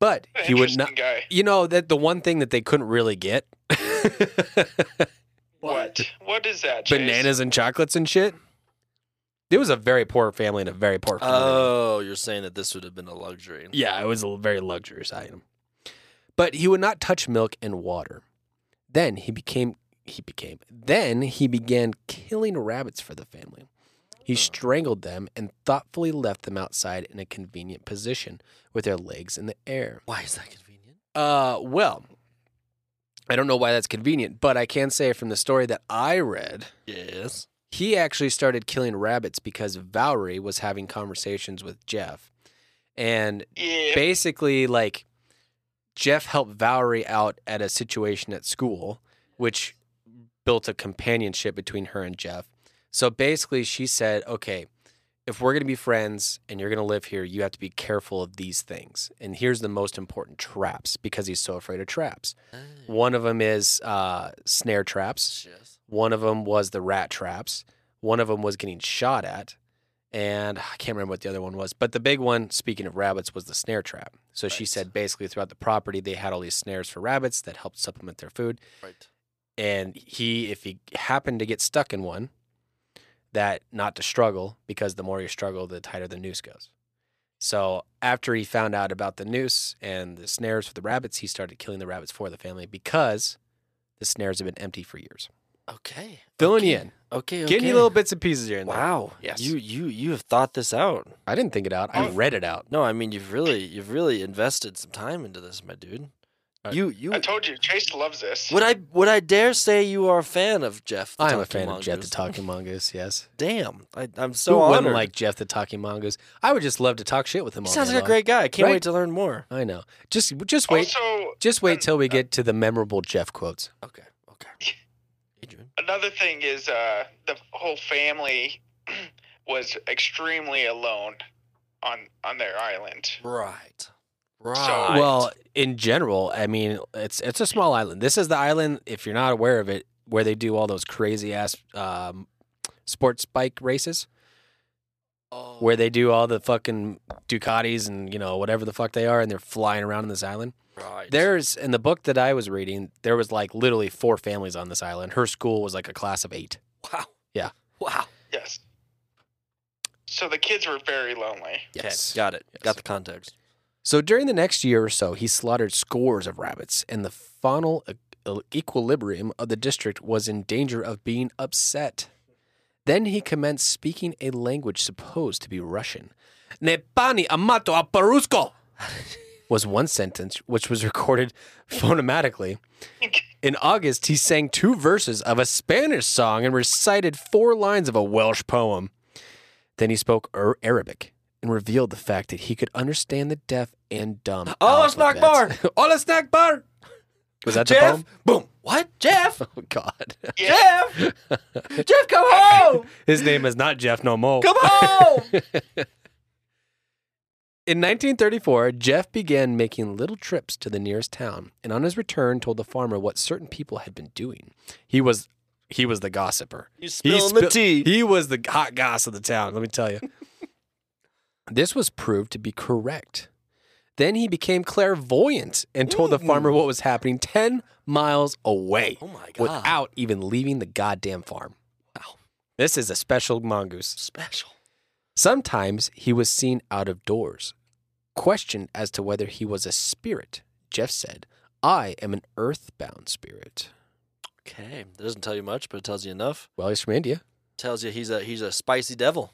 But he would
Interesting
not.
Guy.
You know that the one thing that they couldn't really get
What? What is that? Chase?
bananas and chocolates and shit. It was a very poor family and a very poor. Community.
Oh, you're saying that this would have been a luxury.
Yeah, it was a very luxurious item. But he would not touch milk and water. Then he became he became then he began killing rabbits for the family. He strangled them and thoughtfully left them outside in a convenient position with their legs in the air.
Why is that convenient?
Uh, well, I don't know why that's convenient, but I can say from the story that I read,
Yes.
he actually started killing rabbits because Valerie was having conversations with Jeff. And
Yeah.
basically, like, Jeff helped Valerie out at a situation at school, which built a companionship between her and Jeff. So basically, she said, okay, if we're going to be friends and you're going to live here, you have to be careful of these things. And here's the most important traps because he's so afraid of traps.
Ah,
One of them is uh, snare traps.
Yes.
One of them was the rat traps. One of them was getting shot at. And I can't remember what the other one was. But the big one, speaking of rabbits, was the snare trap. So she
Right.
said basically throughout the property, they had all these snares for rabbits that helped supplement their food.
Right.
And he, if he happened to get stuck in one, that not to struggle because the more you struggle, the tighter the noose goes. So after he found out about the noose and the snares for the rabbits, he started killing the rabbits for the family because the snares have been empty for years.
Okay.
Filling
okay.
you in.
Okay. okay.
Getting you little bits and pieces here and there.
Wow.
Yes.
You you you have thought this out.
I didn't think it out. I
Oh.
read it out.
No, I mean you've really you've really invested some time into this, my dude.
I-
you you
I told you, Chase loves this.
would I would I dare say you are a fan of Jeff? The
I am a
Talking
fan of Jeff the
Mongoose?
Talking Mongoose. Yes.
Damn, I, I'm so
Who
honored.
wouldn't like Jeff the Talking Mongoose? I would just love to talk shit with him.
he
all
sounds
day
like a
long.
great guy. I can't
Right?
wait to learn more.
I know. Just just wait.
Also,
just wait till we get to the memorable Jeff quotes.
Okay. Okay. Adrian.
another thing is uh, the whole family was extremely alone on on their island.
Right.
Right.
Well, in general, I mean, it's it's a small island. This is the island, if you're not aware of it, where they do all those crazy ass um, sports bike races,
oh,
where they do all the fucking Ducatis and you know whatever the fuck they are, and they're flying around on this island.
right.
There's in the book that I was reading, there was like literally four families on this island. Her school was like a class of eight.
Wow.
Yeah.
Wow.
Yes. So the kids were very lonely.
Okay, got it.
Yes.
Got the context.
So during the next year or so, he slaughtered scores of rabbits, and the faunal e- equilibrium of the district was in danger of being upset. Then he commenced speaking a language supposed to be Russian. Nepani amato aparusko was one sentence which was recorded phonetically. In August, he sang two verses of a Spanish song and recited four lines of a Welsh poem. Then he spoke Ar- Arabic and revealed the fact that he could understand the deaf and dumb.
Allah snack
alphabets. Allah snack bar. Was that
Jeff?
the poem?
Boom. What? Jeff.
Oh God,
Yeah.
Jeff. Jeff, come home.
his name is not Jeff no more.
Come home.
In 1934, Jeff began making little trips to the nearest town, and on his return, told the farmer what certain people had been doing. He was he was the gossiper.
You
He
spilling the
spill-
tea.
He was the hot goss of the town, let me tell you. this was proved to be correct. Then he became clairvoyant and told the farmer what was happening 10 miles away
oh my god.
without even leaving the goddamn farm.
Wow.
This is a special mongoose.
special.
Sometimes he was seen out of doors. Questioned as to whether he was a spirit, Jeff said, I am an earthbound spirit.
Okay. That doesn't tell you much, but it tells you enough.
Well, he's from India.
tells you he's a he's a spicy devil.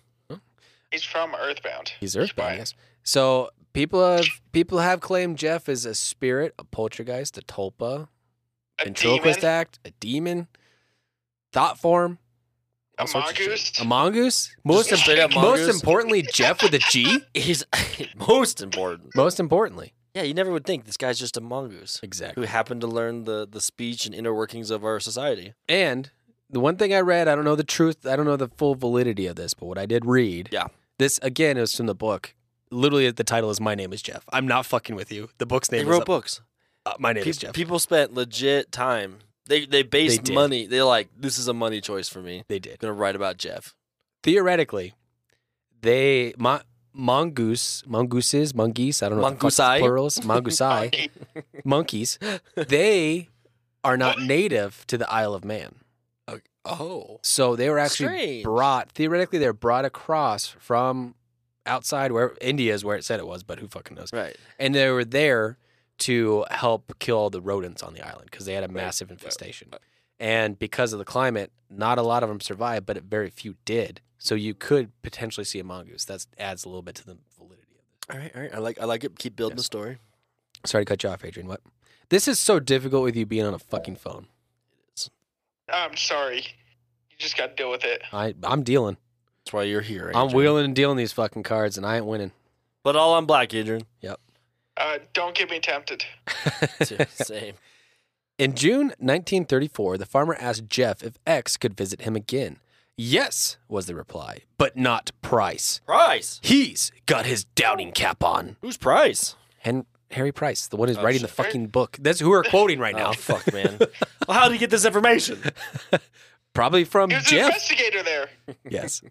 He's from Earthbound.
He's earthbound,
fine.
yes. So people have people have claimed Jeff is a spirit, a poltergeist, a tulpa,
A
ventriloquist
demon,
act, a demon, thought form,
a
all sorts of shit.
mongoose.
a mongoose. Most
straight up
most
mongoose?
importantly, Jeff with a G.
He's most important.
Most importantly,
Yeah, you never would think this guy's just a mongoose who
exactly.
happened to learn the the speech and inner workings of our society.
And the one thing I read, I don't know the truth, I don't know the full validity of this, but what I did read,
Yeah.
this again is from the book. Literally, the title is "My Name Is Jeff." I'm not fucking with you. The book's
They
name
wrote
is
books.
uh, "My Name
Pe-
Is Jeff."
People spent legit time. They they based
did.
money. They're like, this is a money choice for me.
they did.
I'm gonna write about Jeff.
theoretically, they mon- mongoose, mongooses, monkeys. I don't know what the fuck it's
Mongoosi.
plurals, mongoosai,
Monkey.
monkeys. They are not native to the Isle of Man,
Oh,
so they were actually
Strange.
brought. Theoretically, they're brought across from outside where India is where it said it was, but who fucking knows?
right.
And they were there to help kill all the rodents on the island because they had a massive infestation. And because of the climate, not a lot of them survived, but very few did. So you could potentially see a mongoose. That adds a little bit to the validity of
All right, all right. I like I like it. Keep building the story.
it. Sorry to cut you off, Adrian. What? This is so difficult with you being on a fucking phone.
I'm sorry. You just got to deal with it.
I I'm dealing.
That's why you're here.
I'm
Adrian.
wheeling and dealing these fucking cards, and I ain't winning.
but all on black, Adrian.
Uh, don't get me tempted.
Same.
In June 1934, the farmer asked Jeff if X could visit him again. Yes, was the reply, but not Price.
Price.
He's got his doubting cap on.
Who's Price?
And Harry Price, the one who's
Oh,
writing
shit.
the fucking book. That's who we're quoting right now.
Oh fuck, man. well, how did you get this information?
Probably from
He was an
Jeff.
investigator there.
yes.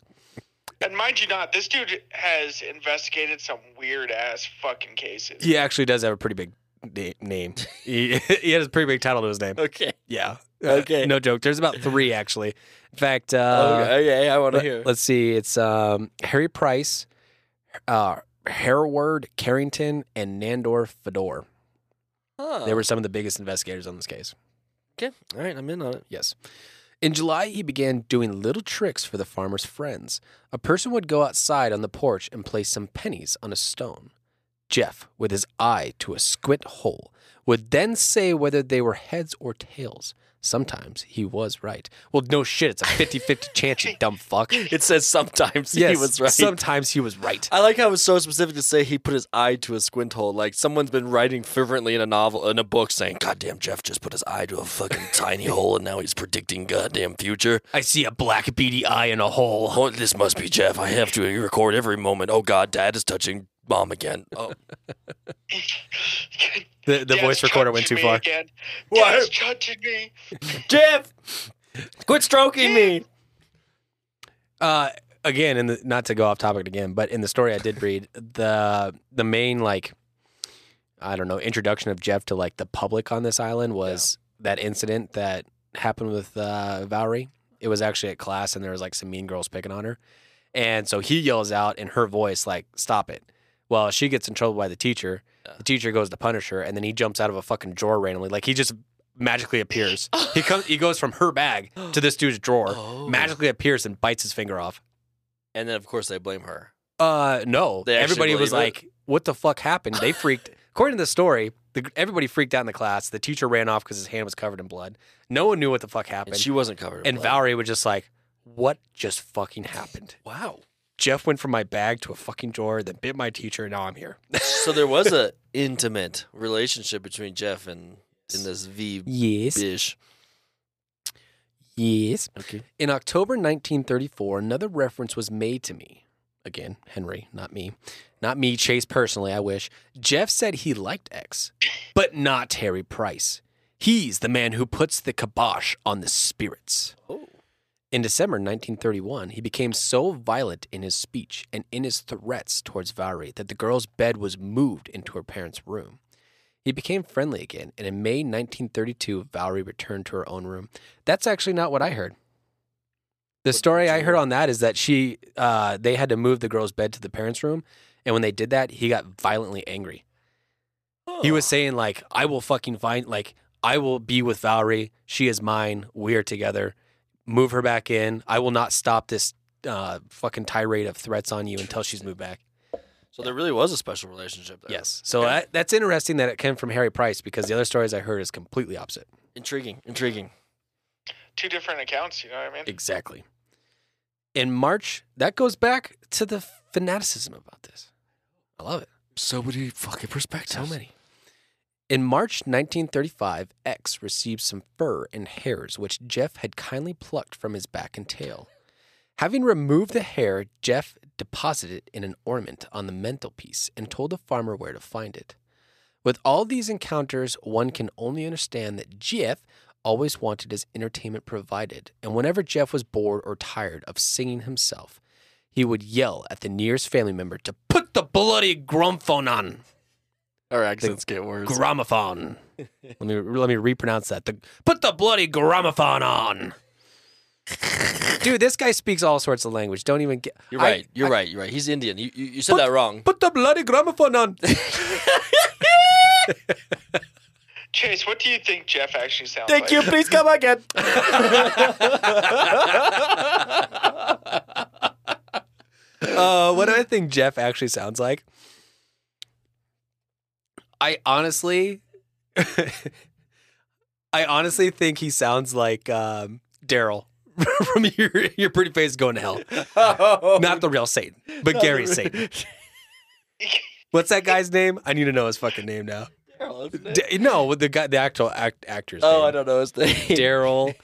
And mind you not, this dude has investigated some weird ass fucking cases.
He actually does have a pretty big na- name. He, he has a pretty big title to his name.
Okay.
Yeah. Uh,
Okay.
No joke. There's about three, actually. In fact, uh,
okay. I want to hear.
Let, us see. It's um, Harry Price, uh, Hereward Carrington, and Nandor Fedor.
Huh.
They were some of the biggest investigators on this case.
okay. All right, I'm in on it.
Yes. In July, he began doing little tricks for the farmer's friends. A person would go outside on the porch and place some pennies on a stone. Jeff, with his eye to a squint hole, would then say whether they were heads or tails. Sometimes he was right. Well, no shit, it's a 50 50 chance, you dumb fuck.
It says sometimes
Yes,
he was right.
Sometimes he was right.
I like how it was so specific to say he put his eye to a squint hole. Like someone's been writing fervently in a novel, in a book, saying, "Goddamn, Jeff just put his eye to a fucking tiny hole, and now he's predicting goddamn future."
I see a black beady eye in a hole.
Oh, this must be Jeff. I have to record every moment. Oh God, Dad is touching mom again. Oh,
The, the
Dad's
voice recorder went
touching
too
me
far.
Again.
What?
Dad's touching me.
Jeff, quit stroking me.
Uh, again, and not to go off topic again, but in the story I did read, the the main like I don't know introduction of Jeff to like the public on this island was that incident that happened with uh, Valerie. It was actually at class, and there was like some mean girls picking on her, and so he yells out in her voice like "Stop it!" Well, she gets in trouble by the teacher.
Yeah.
The teacher goes to punish her, and then he jumps out of a fucking drawer randomly, like he just magically appears. he comes, he goes from her bag to this dude's drawer,
Oh.
magically appears and bites his finger off.
And then of course they blame her.
Uh, no.
They actually
everybody was
believe
like, "What the fuck happened?" They freaked. According to the story, the, everybody freaked out in the class. The teacher ran off because his hand was covered in blood. No one knew what the fuck happened.
And she wasn't covered. in
And
blood.
Valerie was just like, "What just fucking happened?"
Wow.
Jeff went from my bag to a fucking drawer, then bit my teacher, and now I'm here.
So there was a intimate relationship between Jeff and in this V
Yes.
bish.
Yes.
Okay.
In October 1934, another reference was made to me. Again, Henry, not me. Not me, Chase personally, I wish. Jeff said he liked X, but not Harry Price. He's the man who puts the kibosh on the spirits.
Oh.
In December 1931, he became so violent in his speech and in his threats towards Valerie that the girl's bed was moved into her parents' room. He became friendly again, and in May 1932, Valerie returned to her own room. That's actually not what I heard. The
What
story
did
I
you
heard
hear?
on that is that she, uh, they had to move the girl's bed to the parents' room, and when they did that, he got violently angry. He was saying like, "I will fucking find like I will be with Valerie. She is mine. We are together. Move her back in. I will not stop this uh, fucking tirade of threats on you until she's moved back."
So there really was a special relationship there.
Yes. So
Okay.
that, that's interesting that it came from Harry Price because the other stories I heard is completely opposite.
Intriguing. Intriguing.
Two different accounts, you know what I mean?
Exactly. In March, that goes back to the fanaticism about this. I love it.
So many fucking perspectives.
So many. In March 1935, X received some fur and hairs which Jeff had kindly plucked from his back and tail. Having removed the hair, Jeff deposited it in an ornament on the mantelpiece and told the farmer where to find it. With all these encounters, one can only understand that Jeff always wanted his entertainment provided, and whenever Jeff was bored or tired of singing himself, he would yell at the nearest family member to put the bloody gramophone on
Our accents get worse.
gramophone. let me let me repronounce that. The, put the bloody gramophone on. Dude, this guy speaks all sorts of language. Don't even get.
you're
I-
right. You're right. You're right. He's Indian. You you, you said that wrong.
Put the bloody gramophone on.
Chase, what do you think Jeff actually sounds
Thank
like?
you. Please come again.
uh, what do I think Jeff actually sounds like? I honestly, I honestly think he sounds like um, Daryl from your your pretty face going to hell.
Oh,
Not the real Satan, but Gary Satan. What's that guy's name? I need to know his fucking name now. D- no, the guy, the actual act, actor's
Oh,
name.
I don't know his name.
Daryl,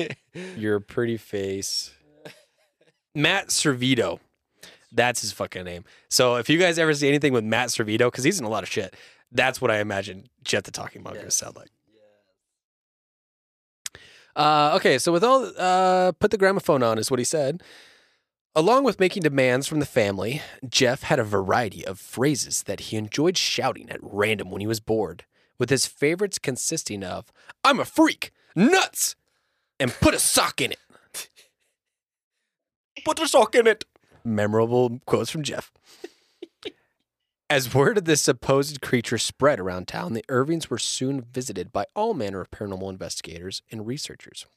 your pretty face. Matt Servito. That's his fucking name. So if you guys ever see anything with Matt Servito, because he's in a lot of shit, that's what I imagine Jet the Talking Monk to
Yes.
sound like. Uh, okay, so with all, uh, put the gramophone on is what he said. Along with making demands from the family, Jeff had a variety of phrases that he enjoyed shouting at random when he was bored, with his favorites consisting of, I'm a freak, nuts, and put a sock in it.
Put a sock in it.
Memorable quotes from Jeff. As word of this supposed creature spread around town, the Irvings were soon visited by all manner of paranormal investigators and researchers.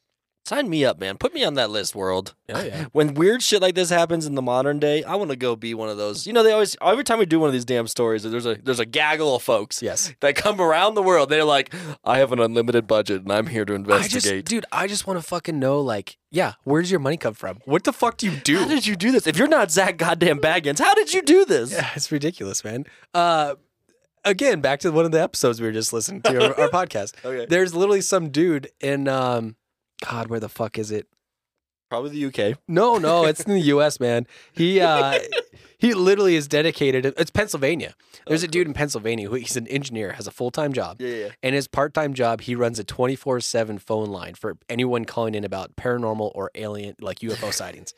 Sign me up, man. Put me on that list, world.
Oh, yeah.
When weird shit like this happens in the modern day, I want to go be one of those. You know, they always every time we do one of these damn stories, there's a there's a gaggle of folks
Yes.
that come around the world. They're like, I have an unlimited budget and I'm here to
I just,
investigate.
dude, I just want to fucking know, like, yeah, where's your money come from? What the fuck do you do?
how did you do this? If you're not Zach Goddamn Baggins, how did you do this?
Yeah, it's ridiculous, man. Uh, again, back to one of the episodes we were just listening to our, our podcast.
Okay.
There's literally some dude in, um, God, where the fuck is it?
Probably the UK.
No, no, it's in the U.S., man. He uh, he literally is dedicated. It's Pennsylvania. There's a dude in Pennsylvania who he's an engineer, has a full time job,
Yeah, yeah.
and his part time job he runs a 24 seven phone line for anyone calling in about paranormal or alien like UFO sightings.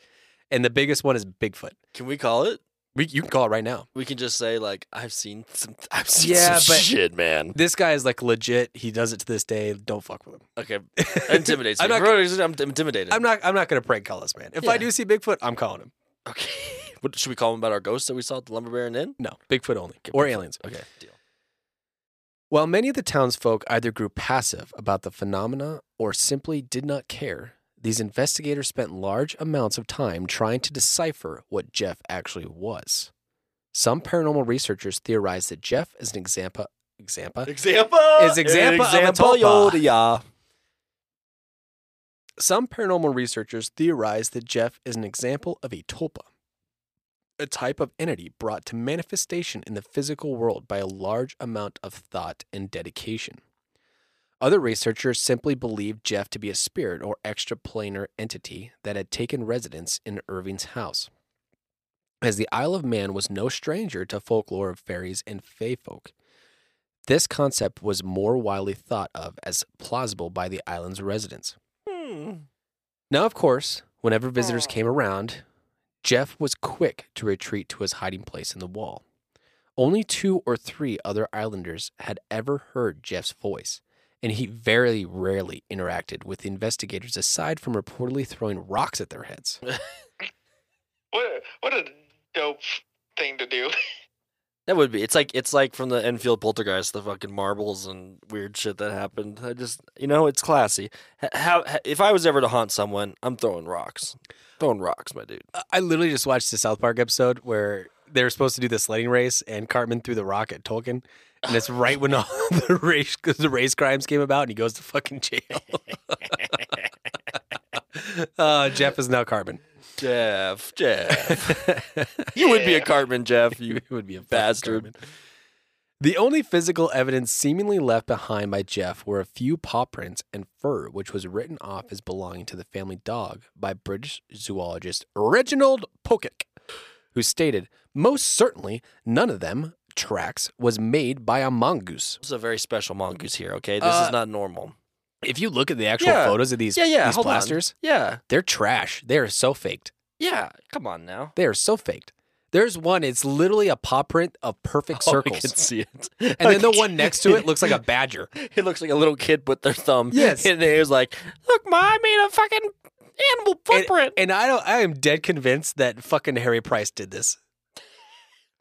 And the biggest one is Bigfoot.
Can we call it?
We, you can call it right now.
We can just say like I've seen some I've seen
Yeah,
some
but-
shit, man.
This guy is like legit. He does it to this day. Don't fuck with him.
Okay. Intimidates me.
I'm
I'm,
not-
I'm intimidated.
I'm not. I'm not gonna prank call this man. If I
Yeah.
do see Bigfoot, I'm calling him.
Okay. What, should we call him about our ghosts that we saw at the Lumber Baron Inn?
No, Bigfoot only or aliens.
Okay. Deal.
While many of the townsfolk either grew passive about the phenomena or simply did not care, these investigators spent large amounts of time trying to decipher what Jeff actually was. Some paranormal researchers theorized that Jeff is an example example
Example
Uh, Is example of a tulpa.
yeah.
Some paranormal researchers theorize that Jeff is an example of a tulpa, a type of entity brought to manifestation in the physical world by a large amount of thought and dedication. Other researchers simply believed Jeff to be a spirit or extraplanar entity that had taken residence in Irving's house. As the Isle of Man was no stranger to folklore of fairies and fae folk, this concept was more widely thought of as plausible by the island's residents. Now, of course, whenever visitors came around, Jeff was quick to retreat to his hiding place in the wall. Only two or three other islanders had ever heard Jeff's voice, and he very rarely interacted with the investigators aside from reportedly throwing rocks at their heads.
What a, what a dope thing to do.
That would be. It's like it's like from the Enfield Poltergeist, the fucking marbles and weird shit that happened. I just, you know, it's classy. H- How h- if I was ever to haunt someone, I'm throwing rocks. Throwing rocks, my dude.
I- I literally just watched the South Park episode where they were supposed to do the sledding race, and Cartman threw the rock at Tolkien, and it's right when all the race the race crimes came about, and he goes to fucking jail. uh, Jeff is now Cartman.
Jeff, Jeff,
it
you would be a
Yeah.
Cartman, Jeff. You
would be a fucking
bastard.
Cartman. The only physical evidence seemingly left behind by Jeff were a few paw prints and fur, which was written off as belonging to the family dog by British zoologist Reginald Pokick, who stated, most certainly none of them tracks was made by a mongoose.
This is a very special mongoose here. Okay, this
Uh,
is not normal.
If you look at the actual
Yeah.
photos of these,
Yeah, yeah.
these
hold
plasters,
on. Yeah,
they're trash. They are so faked.
yeah. Come on now.
They are so faked. There's one, it's literally a paw print of perfect
Oh, I
circles.
can see it.
And then the one next to it looks like a badger.
It looks like a little kid with their thumb.
Yes.
And they was like, look, ma, I made a fucking animal
And,
footprint.
and I don't. I am dead convinced that fucking Harry Price did this.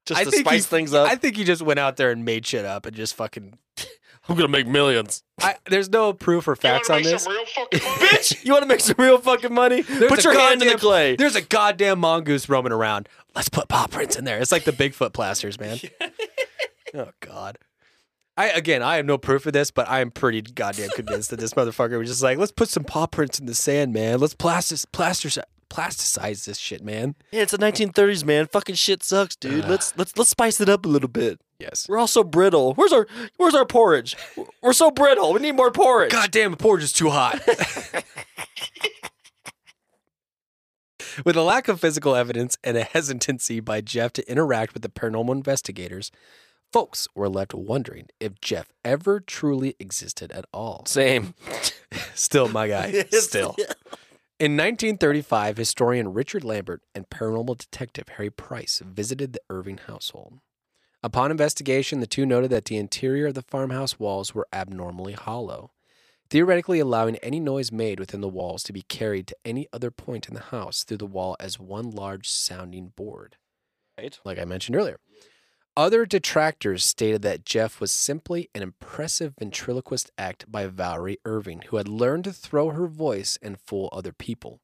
just
I
to
think
spice
he-
things up.
I think he just went out there and made shit up and just fucking
I'm gonna make millions,
I, there's no proof or
You
facts
wanna
on
make
this.
some real fucking money?
bitch. You want to make some real fucking money?
a
Put your hand in the
goddamn-
clay.
There's a goddamn mongoose roaming around. Let's put paw prints in there. It's like the Bigfoot plasters, man. oh God. I again, I have no proof of this, but I am pretty goddamn convinced that this motherfucker was just like, let's put some paw prints in the sand, man. Let's plastic plaster plasticize this shit, man.
Yeah, it's the 1930s, man. Fucking shit sucks, dude.
Ugh.
Let's let's let's spice it up a little bit.
Yes.
We're all so brittle. Where's our where's our porridge? We're so brittle. We need more porridge.
Goddamn, the porridge is too hot. with a lack of physical evidence and a hesitancy by Jeff to interact with the paranormal investigators, folks were left wondering if Jeff ever truly existed at all.
Same.
Still, my guy, still. In 1935, historian Richard Lambert and paranormal detective Harry Price visited the Irving household. Upon investigation, the two noted that the interior of the farmhouse walls were abnormally hollow, theoretically allowing any noise made within the walls to be carried to any other point in the house through the wall as one large sounding board
Right.
like I mentioned earlier. Other detractors stated that Jeff was simply an impressive ventriloquist act by Valerie Irving, who had learned to throw her voice and fool other people,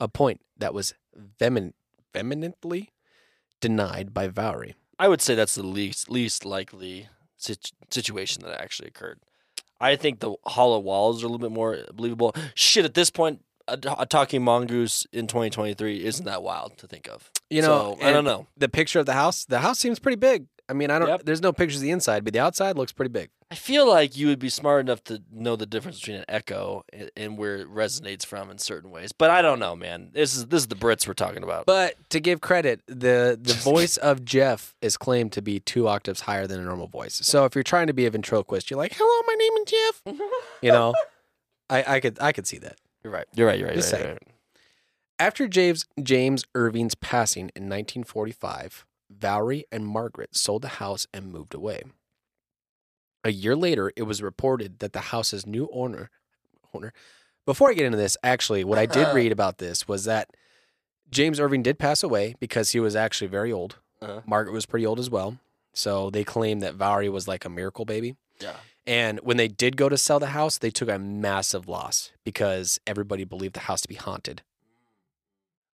a point that was vehemen- vehemently denied by Valerie.
I would say that's the least least likely sit- situation that actually occurred. I think the hollow walls are a little bit more believable. Shit, at this point, a, a talking mongoose in 2023 isn't that wild to think of.
You know,
So, I don't
and
know.
The picture of the house, the house seems pretty big. I mean, I don't.
Yep.
There's no pictures of the inside, but the outside looks pretty big.
I feel like you would be smart enough to know the difference between an echo and, and where it resonates from in certain ways. But I don't know, man. This is this is the Brits we're talking about.
But to give credit, the the voice of Jeff is claimed to be two octaves higher than a normal voice. So if you're trying to be a ventriloquist, you're like, "Hello, my name is Jeff." you know, I, I could I could see that.
you're right. You're right. You're right.
Just
You're right,
saying.
you're right.
After James James Irving's passing in 1945, Valerie and Margaret sold the house and moved away. A year later, it was reported that the house's new owner owner. Before I get into this, actually, what I did read about this was that James Irving did pass away because he was actually very old.
Uh-huh.
Margaret was pretty old as well. So they claimed that Valerie was like a miracle baby.
Yeah.
And when they did go to sell the house, they took a massive loss because everybody believed the house to be haunted.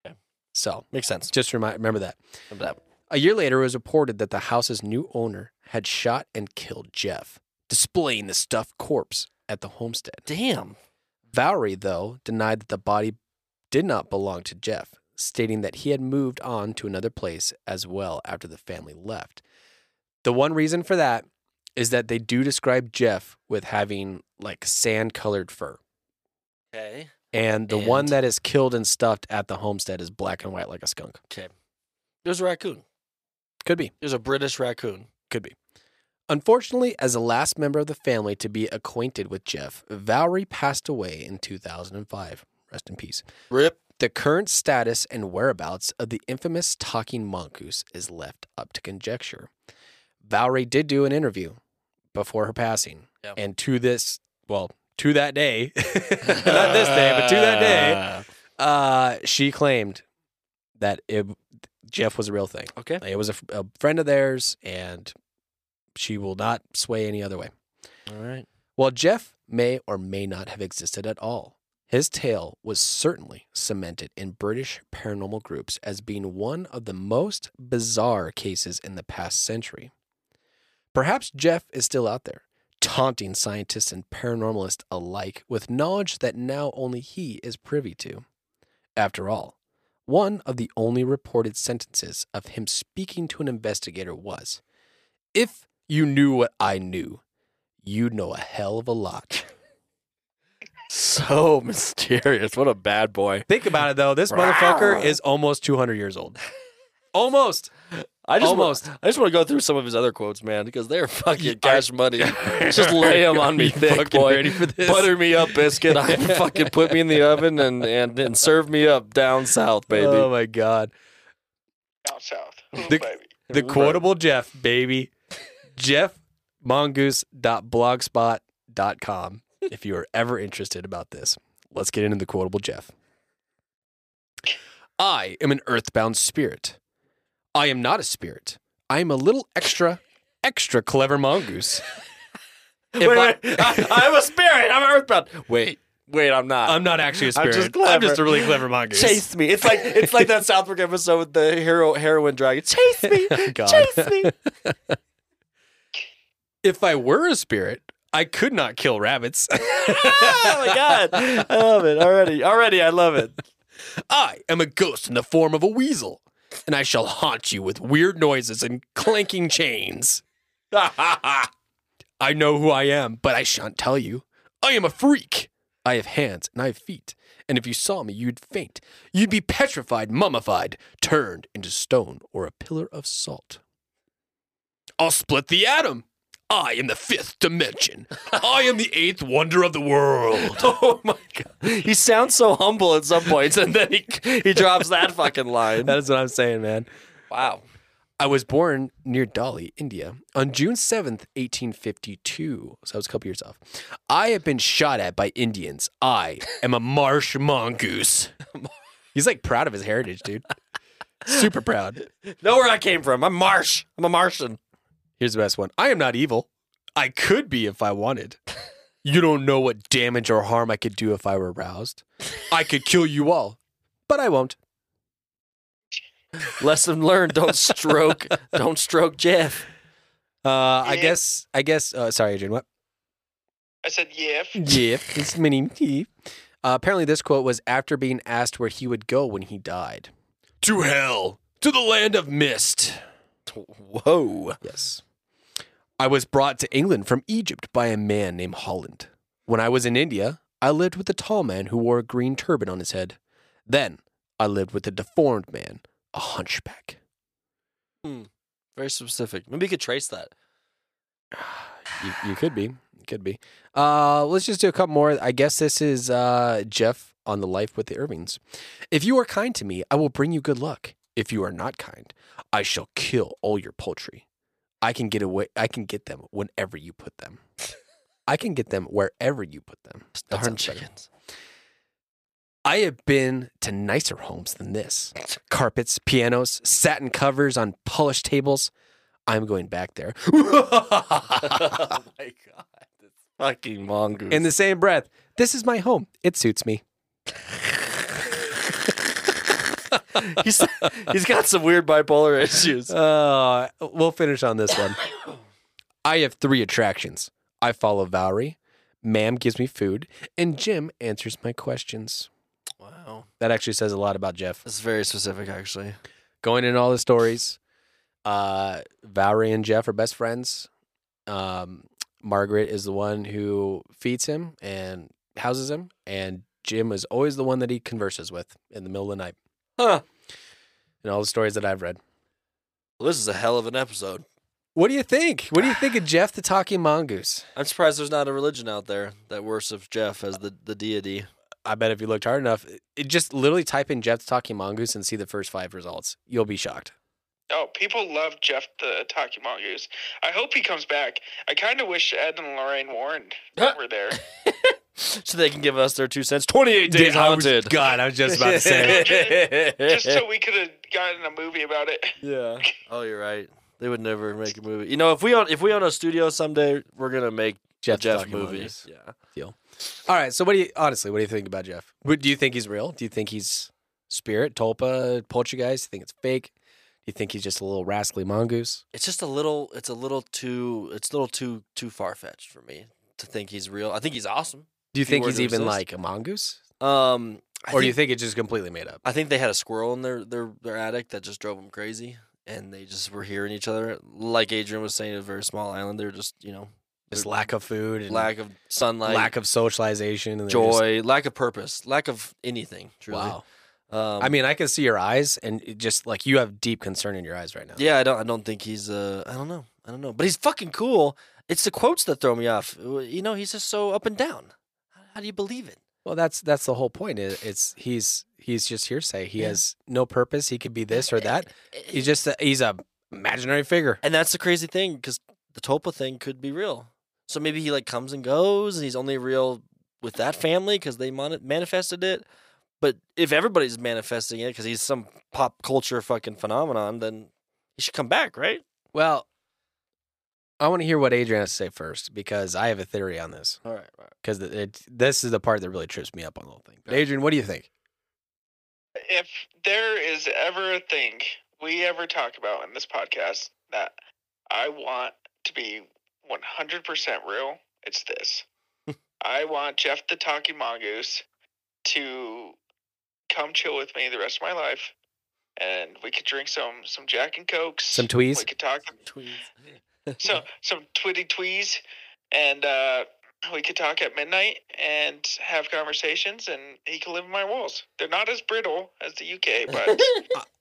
Okay.
So
Makes sense.
just remind, remember that.
Remember that.
A year later, it was reported that the house's new owner had shot and killed Jeff, displaying the stuffed corpse at the homestead.
Damn.
Valerie, though, denied that the body did not belong to Jeff, stating that he had moved on to another place as well after the family left. The one reason for that is that they do describe Jeff with having like sand colored fur.
Okay.
And the one
And-
that is killed and stuffed at the homestead is black and white like a skunk.
There's a raccoon.
Could be.
There's a British raccoon.
Could be. Unfortunately, as the last member of the family to be acquainted with Jeff, Valerie passed away in 2005. Rest in peace.
Rip.
The current status and whereabouts of the infamous talking mongoose is left up to conjecture. Valerie did do an interview before her passing,
Yeah.
and to this, well, to that day, not this day, but to that day,
Ah.
uh, she claimed that it, Jeff was a real thing.
Okay.
It was a, f- a friend of theirs, and she will not sway any other way.
All right.
While Jeff may or may not have existed at all, his tale was certainly cemented in British paranormal groups as being one of the most bizarre cases in the past century. Perhaps Jeff is still out there, taunting scientists and paranormalists alike with knowledge that now only he is privy to. After all, one of the only reported sentences of him speaking to an investigator was If you knew what I knew, you'd know a hell of a lot.
So mysterious. What a bad boy.
Think about it though. This motherfucker is almost 200 years old. Almost.
I just
Almost.
Wa- I just want to go through some of his other quotes, man, because they're fucking cash money. just lay them on me,
You
thick
fucking
boy.
ready for this?
Butter me up, biscuit. I fucking put me in the oven and, and and serve me up down south, baby.
Oh my god.
Down south. Ooh,
The-
baby.
The quotable Jeff, baby. Jeff mongoose.blogspot.com if you are ever interested about this. Let's get into the quotable Jeff. I am an earthbound spirit. I am not a spirit. I am a little extra, extra clever mongoose. If
wait, wait. I, am a spirit. I'm earthbound. Wait, wait, I'm not.
I'm not actually a
I'm
spirit.
just
I'm just
clever.
a really clever mongoose.
Chase me. It's like it's like that South Park episode with the hero heroin dragon. Chase me.
God.
Chase me.
If I were a spirit, I could not kill rabbits.
oh my god. I love it. Already. Already I love it.
I am a ghost in the form of a weasel, and I shall haunt you with weird noises and clanking chains. I know who I am, but I shan't tell you. I am a freak. I have hands and I have feet, and if you saw me, you'd faint. You'd be petrified, mummified, turned into stone or a pillar of salt. I'll split the atom. I am the fifth dimension. I am the eighth wonder of the world.
Oh my god. He sounds so humble at some points and then he he drops that fucking line.
That is what I'm saying, man.
Wow.
I was born near Delhi, India, on June 7th, 1852. So I was a couple years off. I have been shot at by Indians. I am a marsh mongoose. He's like proud of his heritage, dude. Super proud.
Know where I came from. I'm Marsh. I'm a Martian.
Here's the best one I am not evil. I could be if I wanted. You don't know what damage or harm I could do if I were roused. I could kill you all, but I won't.
Lesson learned. Don't stroke. don't stroke Jeff.
Uh, I
Yeah.
guess, I guess, uh, sorry, Adrian, what?
I said, yeah. f-
Yeah, it's mini me. Uh, apparently, this quote was after being asked where he would go when he died.
To hell, to the land of mist.
Whoa.
Yes. I was brought to England from Egypt by a man named Holland. When I was in India, I lived with a tall man who wore a green turban on his head. Then I lived with a deformed man, a hunchback.
Very specific. Maybe you could trace that.
You, you could be. You could be. Uh, let's just do a couple more. I guess this is uh, Jeff on the life with the Irvings. If you are kind to me, I will bring you good luck. If you are not kind, I shall kill all your poultry. I can get away. I can get them whenever you put them. I can get them wherever you put them. That
Darn
sounds better.
chickens.
I have been to nicer homes than this carpets, pianos, satin covers on polished tables. I'm going back there.
oh my god. This fucking mongoose.
in the same breath. This is my home. It suits me.
he's, he's got some weird bipolar issues.
Uh, we'll finish on this one. I have three attractions. I follow Valerie, Ma'am gives me food, and Jim answers my questions.
Wow.
That actually says a lot about Jeff.
That's very specific actually.
Going in all the stories, uh, Valerie and Jeff are best friends. Um, Margaret is the one who feeds him and houses him, and Jim is always the one that he converses with in the middle of the night.
Huh.
In all the stories that I've read.
Well, this is a hell of an episode.
What do you think? What do you think of Jeff the Talking Mongoose?
I'm surprised there's not a religion out there that worships Jeff as the, the deity.
I bet if you looked hard enough, it- it just literally type in Jeff the Talking Mongoose and see the first five results. You'll be shocked.
Oh, people love Jeff the Taki Mongoose. I hope he comes back. I kind of wish Ed and Lorraine Warren were there.
So they can give us their two cents. 28 days haunted.
God, I was just about to say.
say. Just so we could have gotten a movie about it.
yeah. Oh, you're right. They would never make a movie. You know, if we own if we own a studio someday, we're gonna make
Jeff, the
Jeff
Talking
movies.
Mongoose.
Yeah.
All right. So, what do you honestly? What do you think about Jeff? What, do you think he's real? Do you think he's spirit, tulpa, poltergeist? Do you think it's fake? Do you think he's just a little rascally mongoose?
It's just a little. It's a little too. It's a little too too far fetched for me to think he's real. I think he's awesome.
Do you
If he
think
were
he's
to
even
exist.
like a mongoose,
Um. I
or do you think it's just completely made up?
I think they had a squirrel in their their their attic that just drove them crazy, and they just were hearing each other. Like Adrian was saying, a very small island. They're just you know
Just lack of food and
lack of sunlight,
lack of socialization and they're just-
joy, lack of purpose, lack of anything. Truly.
Wow.
Um,
I mean, I can see your eyes, and it just like you have deep concern in your eyes right now.
yeah, I don't. I don't think he's. Uh, I don't know. I don't know. But he's fucking cool. It's the quotes that throw me off. You know, he's just so up and down. How, how do you believe it?
Well, that's that's the whole point. It, it's he's he's just hearsay. He
Yeah.
has no purpose. He could be this or
Eh,
that. He's just a, he's a imaginary figure.
And that's the crazy thing because the Topa thing could be real. So maybe he like comes and goes, and he's only real with that family because they mon- manifested it. But if everybody's manifesting it because he's some pop culture fucking phenomenon, then he should come back, right?
Well, I want to hear what Adrian has to say first because I have a theory on this.
All right, all right.
Because this is the part that really trips me up on the whole thing. But Adrian, what do you think?
if there is ever a thing we ever talk about in this podcast that I want to be 100% real, it's this. I want Jeff the Talking Mongoose to come chill with me the rest of my life, and we could drink some some Jack and Cokes,
Some tweez?
We could talk some some twitty twees, and uh, we could talk at midnight and have conversations, and he can live in my walls. They're not as brittle as the UK, but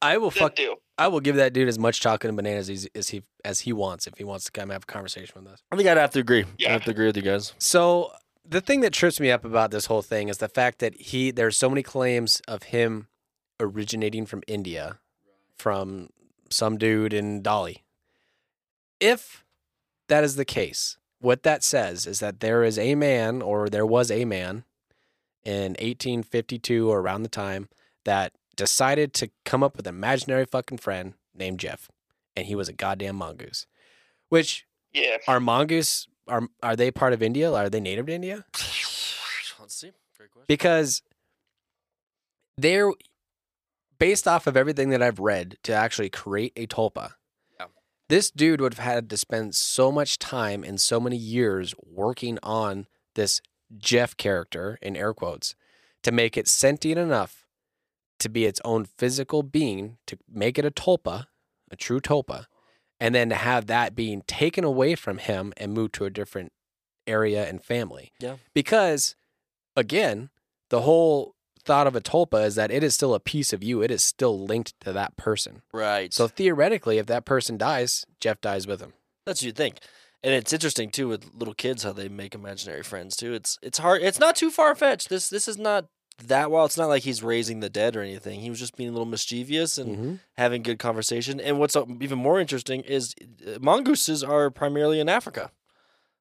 I, I will
they'll
fuck.
do.
I will give that dude as much chocolate and bananas as, as he as he wants if he wants to come have a conversation with us.
I think I'd have to agree. I
Yeah.
have to agree with you guys.
So the thing that trips me up about this whole thing is the fact that he there's so many claims of him originating from India from some dude in Dolly. If that is the case, what that says is that there is a man or there was a man in 1852 or around the time that decided to come up with an imaginary fucking friend named Jeff and he was a goddamn mongoose. Which
Yeah,
are mongoose are are they part of India? Are they native to India?
Let's see. Great question.
Because they're based off of everything that I've read to actually create a tulpa.
Yeah.
This dude would have had to spend so much time and so many years working on this Jeff character in air quotes to make it sentient enough to be its own physical being to make it a tulpa, a true tulpa, and then to have that being taken away from him and moved to a different area and family.
Yeah.
Because again, the whole thought of a tulpa is that it is still a piece of you. It is still linked to that person.
Right.
So theoretically, if that person dies, Jeff dies with him.
That's what you think. And it's interesting too with little kids how they make imaginary friends too. It's it's hard. It's not too far fetched. This this is not that wild. It's not like he's raising the dead or anything. He was just being a little mischievous and
Mm-hmm.
having good conversation. And what's even more interesting is uh, mongooses are primarily in Africa.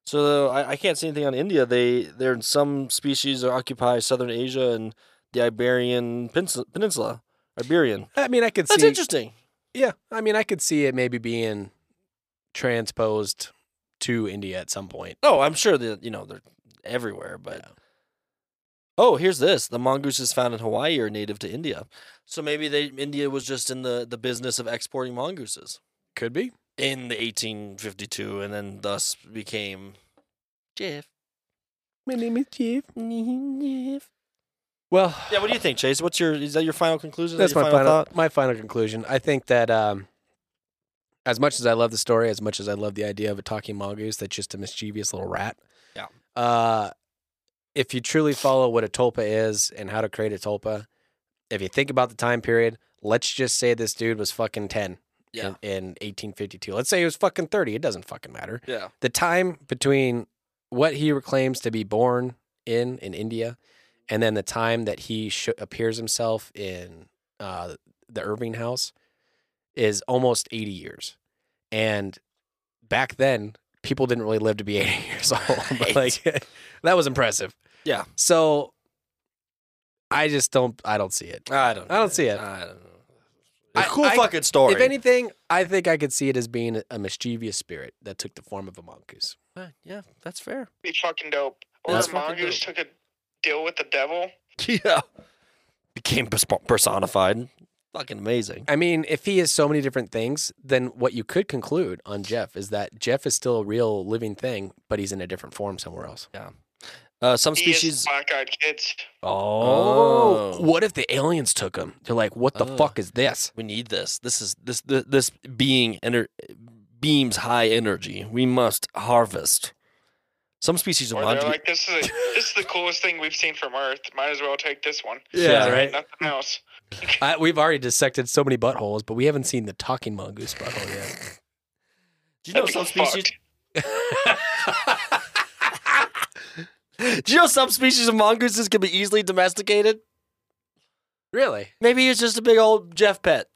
So I, I can't see anything on India. They they're in some species that occupy southern Asia and the Iberian Peninsula. Peninsula Iberian.
I mean, I could
That's
see.
interesting.
Yeah, I mean, I could see it maybe being transposed to India at some point.
Oh, I'm sure that you know they're everywhere, but oh, here's this: the mongooses found in Hawaii are native to India, so maybe they India was just in the the business of exporting mongooses
Could be.
in the 1852, and then thus became Jeff.
My name is Chief.
Jeff.
Well,
Yeah, what do you think, Chase? What's your is that your final conclusion? Is
that's
that your
my final,
thought.
my final conclusion. I think that um, as much as I love the story, as much as I love the idea of a talking mongoose that's just a mischievous little rat.
Yeah.
Uh, if you truly follow what a tulpa is and how to create a tulpa, if you think about the time period, let's just say this dude was fucking ten
Yeah,
in, in 1852. Let's say he was fucking 30. It doesn't fucking matter.
yeah,
the time between what he claims to be born in in India, and then the time that he sh- appears himself in uh, the Irving House is almost eighty years. And back then, people didn't really live to be eighty years old. But like, that was impressive.
Yeah.
So I just don't. I don't see it.
I don't.
I don't see it.
I don't know.
I-
cool
I-
fucking story.
If anything, I think I could see it as being a mischievous spirit that took the form of a mongoose.
Fine, yeah, that's fair.
be fucking dope. Or
That's
a
fucking
mongoose took a deal with the devil.
Yeah, became pers- personified. Fucking amazing.
I mean, if he is so many different things, then what you could conclude on Jeff is that Jeff is still a real living thing, but he's in a different form somewhere else.
Uh, some
He is
species.
black-eyed kids.
Oh.
What if the aliens took him? They're like, what the
Oh.
fuck is this?
we need this. This is this this, this being ener- beams high energy. We must harvest. Some species of
Or they're
mongoose.
like, this is a, this is the coolest thing we've seen from Earth. Might as well take this one.
Yeah,
There
right.
ain't Nothing else.
I, we've already dissected so many buttholes, but we haven't seen the talking mongoose butthole yet.
do you know
That'd be
some species?
fucked.
Do you know some species of mongooses can be easily domesticated?
really?
Maybe it's just a big old Jeff pet.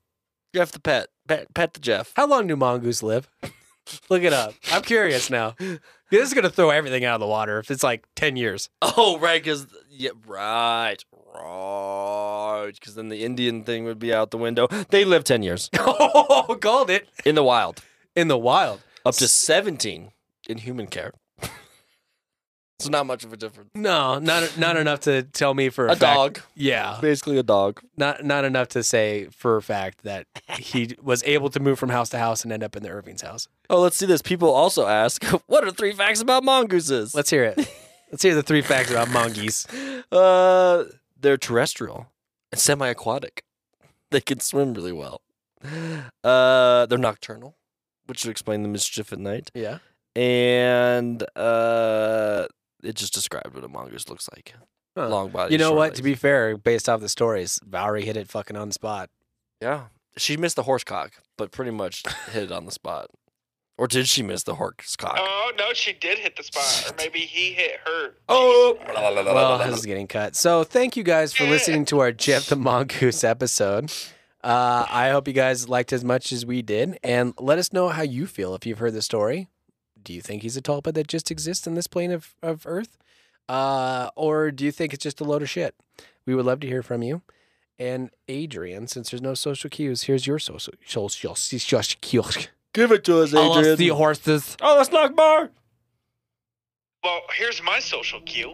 Jeff the pet. Pet, pet the Jeff.
How long do mongoose live? Look it up. I'm curious now. This is going to throw everything out of the water if it's like 10 years.
Oh, right, because yeah, right, right. Because then the Indian thing would be out the window. They live ten years
oh, called it.
in the wild,
In the wild.
up to seventeen in human care. it's not much of a difference.
No, not not enough to tell me for a,
A
fact-
dog,
Yeah,
basically a dog.
not not enough to say for a fact that he was able to move from house to house and end up in the Irving's house.
Oh, let's see this. People also ask, what are three facts about mongooses?
Let's hear it. Let's hear the three facts about mongoose.
Uh, they're terrestrial and semi-aquatic. They can swim really well. Uh, they're nocturnal, which would explain the mischief at night.
Yeah.
And uh, it just described what a mongoose looks like.
Huh.
Long body.
You know
short
what? To
legs.
be fair, based off the stories, Valerie hit it fucking on the spot.
yeah, she missed the horse cock, but pretty much hit it on the spot. Or did she miss the horse cock?
Oh no, she did hit the spot, or maybe he hit her.
oh,
Well, this is getting cut. So thank you guys for listening to our Jeff the Mongoose episode. Uh, I hope you guys liked as much as we did, and let us know how you feel if you've heard the story. Do you think he's a tulpa that just exists in this plane of, of Earth, uh, or do you think it's just a load of shit? We would love to hear from you. And Adrian, since there's no social cues, here's your social social social cues.
give it to us,
All
Adrian.
the horses.
oh, that's not bar.
Well, here's my social cue.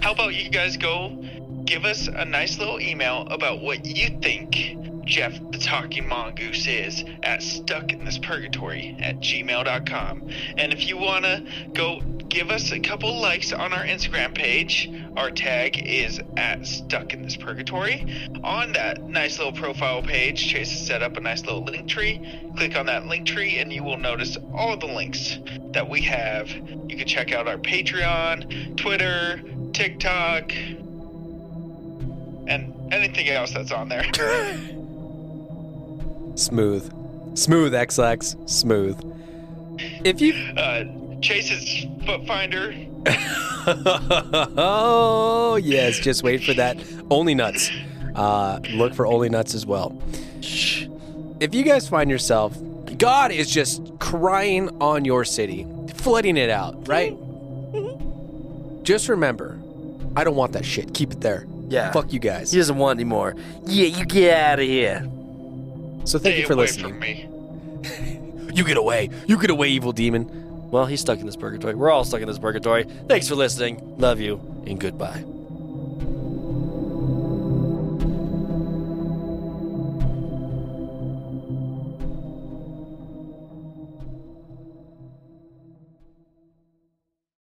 How about you guys go give us a nice little email about what you think Jeff the Talking Mongoose is at stuckinthispurgatory at gmail.com. And if you want to go give us a couple likes on our Instagram page, our tag is at Stuck in This Purgatory. On that nice little profile page, Chase has set up a nice little link tree. Click on that link tree, and you will notice all the links that we have. You can check out our Patreon, Twitter, TikTok, and anything else that's on there.
Smooth, smooth XLX, smooth. If you
Uh, Chase's foot finder.
oh yes, just wait for that. Only nuts. Uh, look for only nuts as well. If you guys find yourself, God is just crying on your city, flooding it out, right? Just remember, I don't want that shit. Keep it there.
Yeah.
Fuck you guys.
He doesn't want anymore. Yeah, you get out of here.
So thank
Stay
you for
away
listening.
From me.
You get away. You get away, evil demon.
Well, he's stuck in this purgatory. We're all stuck in this purgatory. Thanks for listening. Love you and goodbye.